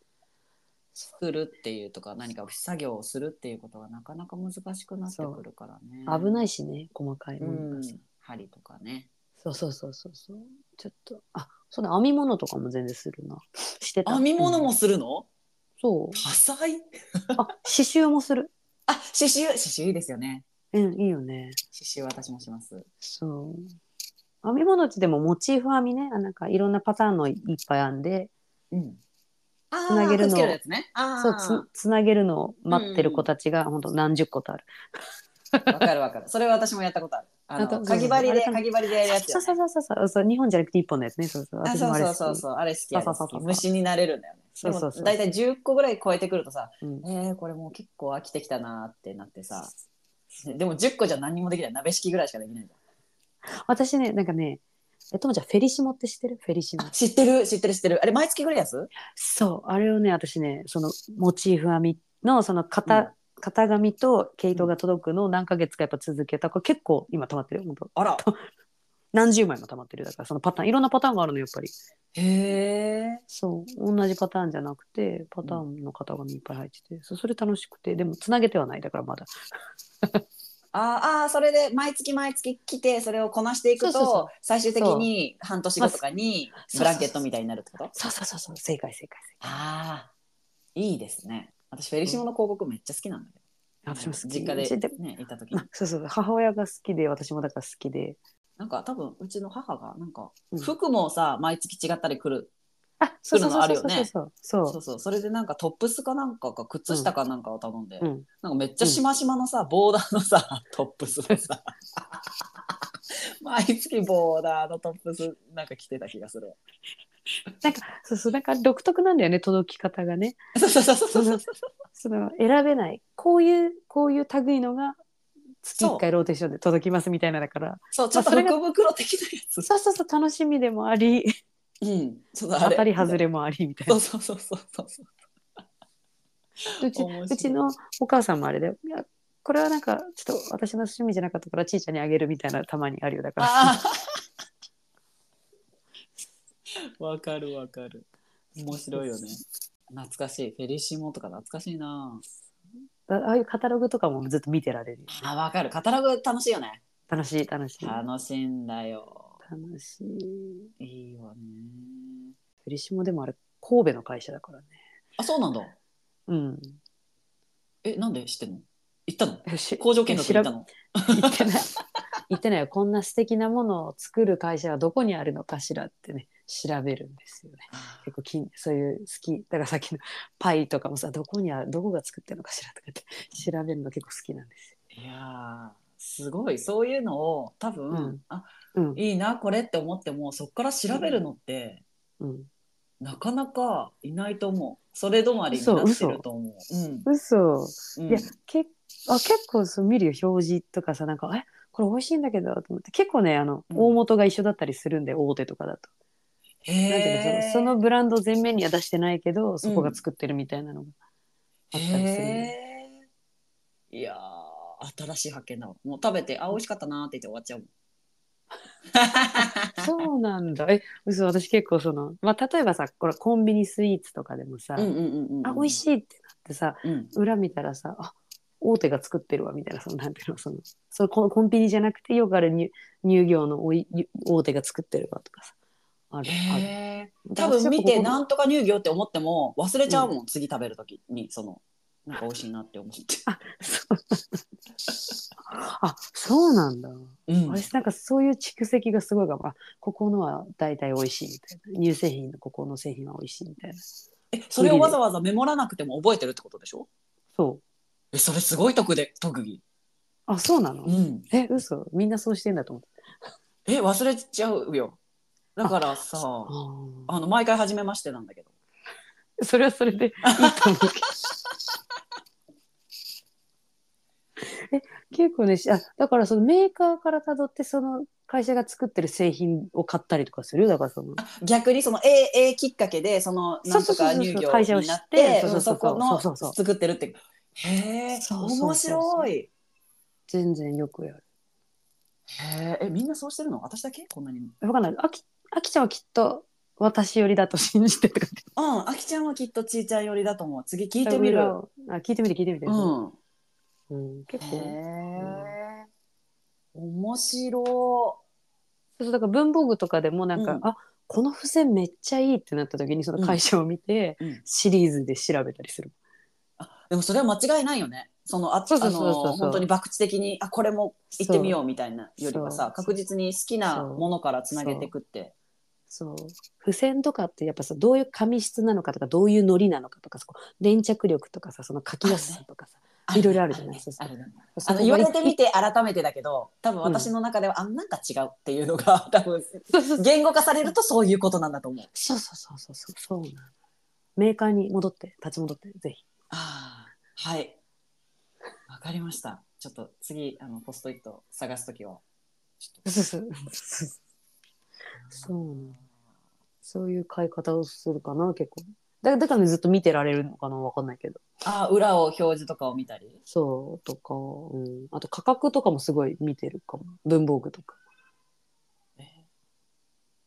S4: 作るっていうとか何か作業をするっていうことがなかなか難しくなってくるからね、
S2: 危ないいしね細かいうものが
S4: ん
S2: さ、、
S4: 針とかね
S2: そうそうそうそうそう。ちょっと、あ、そうだ、編み物とかも全然するな。してた。
S4: 編み物
S2: うん
S4: もするの
S2: そう。
S4: 多彩
S2: あ、刺繍もする。
S4: あ刺繍刺繍いいですよね
S2: うん、いいよね。
S4: 刺繍私もします
S2: そう。編み物ってでもモチーフ編みね。あなんかいろんなパターンのいっぱい編んで、
S4: うんあ
S2: つなげるの
S4: くっつけやつねあ
S2: そう
S4: ー
S2: つ、つなげるのを待ってる子たちが、ほんと何十個とある。
S4: わかるわかる。それは私もやったことある。あ
S2: あと
S4: の、かぎ針で、かぎ針でやるやつ
S2: そ
S4: よ
S2: うそ
S4: ね。
S2: うそうそうそうそう。日本じゃなくて一本のやつね。そうそう。
S4: あ、
S2: 私
S4: そ
S2: もあ
S4: う
S2: れ
S4: そ
S2: 好き
S4: うそうそう、あれ好きや
S2: そうそうそうそう
S4: 虫になれるんだよね。
S2: そうそうそう
S4: でも、だいたい10個ぐらい超えてくるとさ、
S2: うん
S4: えー、これもう結構飽きてきたなーってなってさ。 [LAUGHS] でも10個じゃ何にもできない。鍋敷きぐらいしかできないじ
S2: 私ね、なんかね、え、ともちゃん、フェリシモって知ってるフェリシモ
S4: ゃん。。知ってる、知ってる、知ってる。あれ、毎月ぐらいやつ
S2: そう、あれをね、私ね、そのモチーフ編みの、その型、
S4: うん
S2: 型紙と毛糸が届くのを何ヶ月かやっぱ続けた。これ結構今溜まってるよ、本当
S4: あ
S2: [LAUGHS]
S4: ら。
S2: 何十枚も溜まってる。だからそのパターン、いろんなパターンがあるの、やっぱり。
S4: へえ。
S2: そう、同じパターンじゃなくて、パターンの型紙いっぱい入ってて、そうそれ楽しくて、でもつなげてはない、だからまだ。
S4: ああー、それで毎月毎月来て、それをこなしていくと、
S2: そうそうそう
S4: 最終的に半年後とかに、
S2: そう
S4: ブランケットみたいになるってこと
S2: そうそうそう、そう正解正解
S4: ああ、いいですね。私、フェリシモの広告めっちゃ好きなんだけ
S2: 正
S4: ど。
S2: 解。私も好き
S4: 実家
S2: うち
S4: で
S2: で、
S4: ね、いた時に
S2: まあ。そうそう、母親が好きで、私もだから好きで。
S4: なんか多分、うちの母が、なんか
S2: うん、
S4: 服もさ、毎月違ったりくる。
S2: あ、そうそう
S4: 来る
S2: そ
S4: のあ
S2: う
S4: るよ
S2: そう
S4: ね
S2: そうそう。そう
S4: そうそう。それでなんかトップスかなんかか、靴下かなんかを頼んで、
S2: うんうん
S4: なんかめっちゃしましまのさ、ボーダーのさ、 [LAUGHS] トップスでさ、 [LAUGHS] 毎月ボーダーのトップスなんか着てた気がす
S2: そ
S4: る。
S2: うそう、なんか独特なんだよね、届き方がね。
S4: そうそうそうそうそう。
S2: その選べないこういうこういう類のが月1回ローテーションで届きますみたいなだから
S4: そうちょっと
S2: それが
S4: 福袋的なやつ
S2: そうそうそう楽しみでもあり
S4: うんそうだ
S2: [LAUGHS] 当たり外れもありみたい
S4: そ
S2: な
S4: うそうそうそうそう
S2: うち
S4: 面白いう
S2: ちのお母さんもあれだよいやこれはなんかちょっと私の趣味じゃなかったからちいちゃんにあげるみたいなたまにあるよだから
S4: ああ [LAUGHS] わかるわかる面白いよね懐かしいフェリシモとか懐かしいな
S2: だああいうカタログとかもずっと見てられるよ
S4: あわかるカタログ楽しいよね
S2: 楽しい楽しい
S4: 楽しいんだよ
S2: 楽しい
S4: いいわね
S2: フェリシモでもあれ神戸の会社だからね
S4: あそうなんだ
S2: うん
S4: えなんで知ってんの行ったの
S2: えし
S4: 工場見学行ったの
S2: 行ってない行ってないよこんな素敵なものを作る会社はどこにあるのかしらってね調べるんですよね結構きんそういう好きだからさっきのパイとかもさどこにあるどこが作ってるのかしらとかって調べるの結構好きなんですよ。
S4: いやーすごいそういうのを多分、
S2: うん
S4: あ
S2: うん
S4: いいなこれって思ってもそこから調べるのって、
S2: うん、
S4: なかなかいないと思うそれ止まりになってると思う。うん
S2: 嘘
S4: うん
S2: いやけあ結構そう見るよ表示とかさなんかえこれ美味しいんだけどと思って結構ねあの、
S4: うん
S2: 大元が一緒だったりするんで大手とかだと。なんていうの
S4: へ
S2: そ
S4: ー
S2: のそのブランド全面には出してないけどそこが作ってるみたいなのがあったりするんで。
S4: へーいやー新しい発見だわもう食べてあ美味しかったなーって言って終わっちゃうもん
S2: そうなんだ。え、嘘、私結構その、まあ、例えばさ、これコンビニスイーツとかでもさ、 [LAUGHS]
S4: うんうんうんうん
S2: あ、美味しいってなってさ、
S4: い、うん
S2: 裏見たらさ、あ、大手が作ってるわ、みたいな、その、なんていうの、その、そのコンコンビニじゃなくて、よくある乳乳業のおい大手が作ってるわ、とかさ、ある。ある
S4: へー多分見てなんとか乳業って思っても忘れちゃうもん、次食べる時にそのなんか美味しいなって思って、
S2: そう [LAUGHS] あ、そうなんだ。
S4: うん、
S2: 私なんかそういう蓄積がすごいが、あ、ここのは大体美味しいみたいな。乳製品のここの製品は美味しいみたいな。
S4: えそれをわざわざメモらなくても覚えてるってことでしょ
S2: そう。
S4: えそれすごい特で特技
S2: あ、そうなの、
S4: うん
S2: え、嘘みんなそうしてんだと思って
S4: え忘れちゃうよだからさあの毎回初めましてなんだけど
S2: それはそれ [LAUGHS] でいいと思うけど。え結構ねしあだからそのメーカーからたどってその会社が作ってる製品を買ったりとかするだからその
S4: 逆にその A, A きっかけでその
S2: そ
S4: な
S2: うんそ
S4: と
S2: うそう
S4: か
S2: そう
S4: 乳業
S2: 会社を
S4: になっ
S2: 知って
S4: て
S2: そうそう
S4: そ
S2: そう
S4: そこの
S2: そうそうそう
S4: 作ってるってへえ
S2: そうそうそう
S4: 面
S2: そう
S4: 白い
S2: 全然よくやる。
S4: へーえみんなそうしてるの私だけこんなにうん
S2: わかんないあきあきちゃんはきっと私よりだと信じてとかって
S4: あきちゃんはきっとちーちゃん寄りだと思う次聞いてみる
S2: あ聞いてみて聞いてみて、
S4: うん
S2: うん結
S4: へ
S2: 構
S4: え面白
S2: そうだから文房具とかでもなんか、
S4: うん
S2: あこの付箋めっちゃいいってなった時にその会社を見て、
S4: うんうん
S2: シリーズで調べたりする。
S4: あでもそれは間違いないよねそのあ
S2: そうそ
S4: あ
S2: うそうそう
S4: の本当に博打的にあこれも行ってみようみたいなよりは
S2: そ
S4: さ
S2: う
S4: 確実に好きなものからつなげていくって
S2: そう付箋とかってやっぱさどういう紙質なのかとかどういうのりなのかとかそこ粘着力とかさその書きやすさとかさいろいろあるじゃない
S4: ですか。あるね
S2: そ
S4: あ
S2: こ
S4: の
S2: が
S4: 言われてみて改めてだけど多分私の中では、あなんか違うっていうのが [LAUGHS] 多分
S2: そうそうそう
S4: 言語化されるとそういうことなんだと思う。
S2: そうそうそうそうそうなのメーカーに戻って立ち戻ってぜひ
S4: あーはいわかりましたちょっと次あのポストイット探すときはちょっ
S2: そうそうそうそうなのそういう買い方をするかな結構だだからねずっと見てられるのかなわかんないけど
S4: とあー裏を表示とかを見たり
S2: そうとか、うん、あと価格とかもすごい見てるかも文房具とか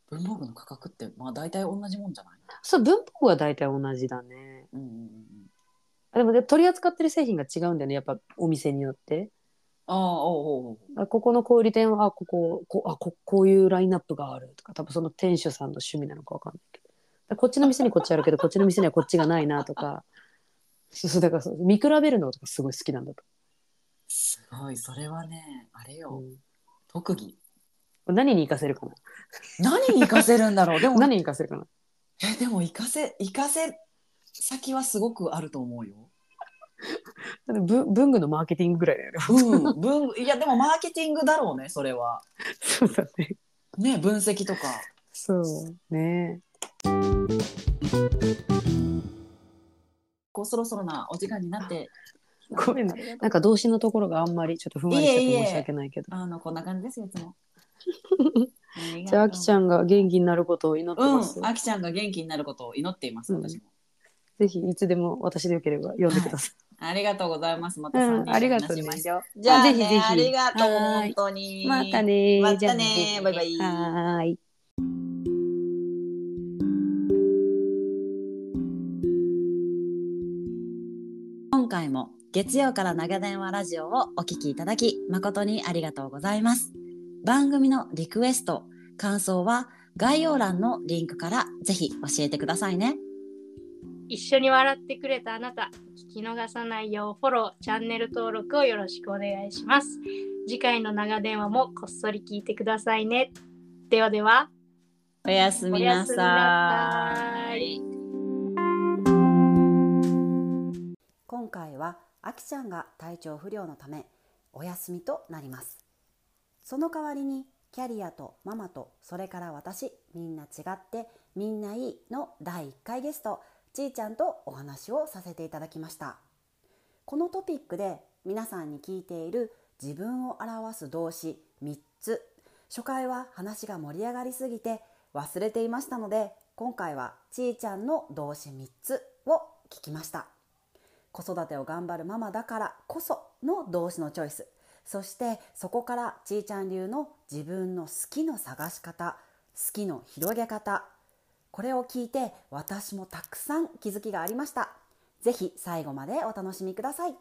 S4: 文房具の価格ってまあ大体同じもんじゃない
S2: そう文房具は大体同じだね
S4: うんうんうん
S2: あでもね取り扱ってる製品が違うんだよねやっぱお店によって
S4: ああおうおうおう
S2: あここの小売店はあこここあここういうラインナップがあるとか多分その店主さんの趣味なのかわかんないけどだこっちの店にこっちあるけどこっちの店にはこっちがないなとか [LAUGHS] そうそうだからそう見比べるのとかすごい好きなんだと
S4: すごいそれはねあれよ、
S2: 思う、
S4: 特技
S2: うん何に活かせるかな
S4: 何に活かせるんだろうで [LAUGHS] も
S2: 何に活かせるかな
S4: えでも行かせ行かせ先はすごくあると思うよ。
S2: だってぶ文具のマーケティングぐらいだよね [LAUGHS]
S4: うん、文いやでもマーケティングだろうねそれは。
S2: そうだね
S4: ね分析とか。
S2: そうね
S4: こうそろそろなお時間になって
S2: ごめんね。なんか動詞のところがあんまりちょっとふんわりしちゃって申し訳ないけど。
S4: あの、こんな感じですよ、いつも。
S2: [LAUGHS] じゃあ、あきちゃ
S4: ん。
S2: んが元気になることを祈って
S4: う
S2: ます。
S4: ん、あきちゃんが元気になることを祈っています、
S2: うん
S4: 私も。
S2: ぜひ、いつでも私でよければ読んでくださ
S4: ありがとうございます。ま
S2: い。
S4: た3人
S2: うん、ありがとう
S4: で話し
S2: ね
S4: ましょ。う。じ
S2: じゃ
S4: ゃ
S2: あ
S4: あ、
S2: ぜひ
S4: ね、ぜ
S2: ぜ
S4: ひ
S2: ひ
S4: ありがとう、
S2: はーい
S4: 本当に。
S2: またね。
S4: またね
S2: じゃあ
S4: バイバイ
S2: はーい。
S1: 今回も月曜から長電話ラジオをお聞きいただき誠にありがとうございます番組のリクエスト感想は概要欄のリンクからぜひ教えてくださいね
S3: 一緒に笑ってくれたあなた、聞き逃さないようフォロー、チャンネル登録をよろしくお願いします。次回の長電話もこっそり聞いてくださいね。ではでは、
S1: おやすみなさい
S3: い。
S1: 今回はあきちゃんが体調不良のためお休みとなりますその代わりにキャリアとママとそれから私みんな違ってみんないいの第1回ゲストちーちゃんとお話をさせていただきましたこのトピックで皆さんに聞いている自分を表す動詞3つ初回は話が盛り上がりすぎて忘れていましたので今回はちーちゃんの動詞3つを聞きました子育てを頑張るママだからこその動詞のチョイスそしてそこからちーちゃん流の自分の好きの探し方好きの広げ方これを聞いて私もたくさん気づきがありましたぜひ最後までお楽しみください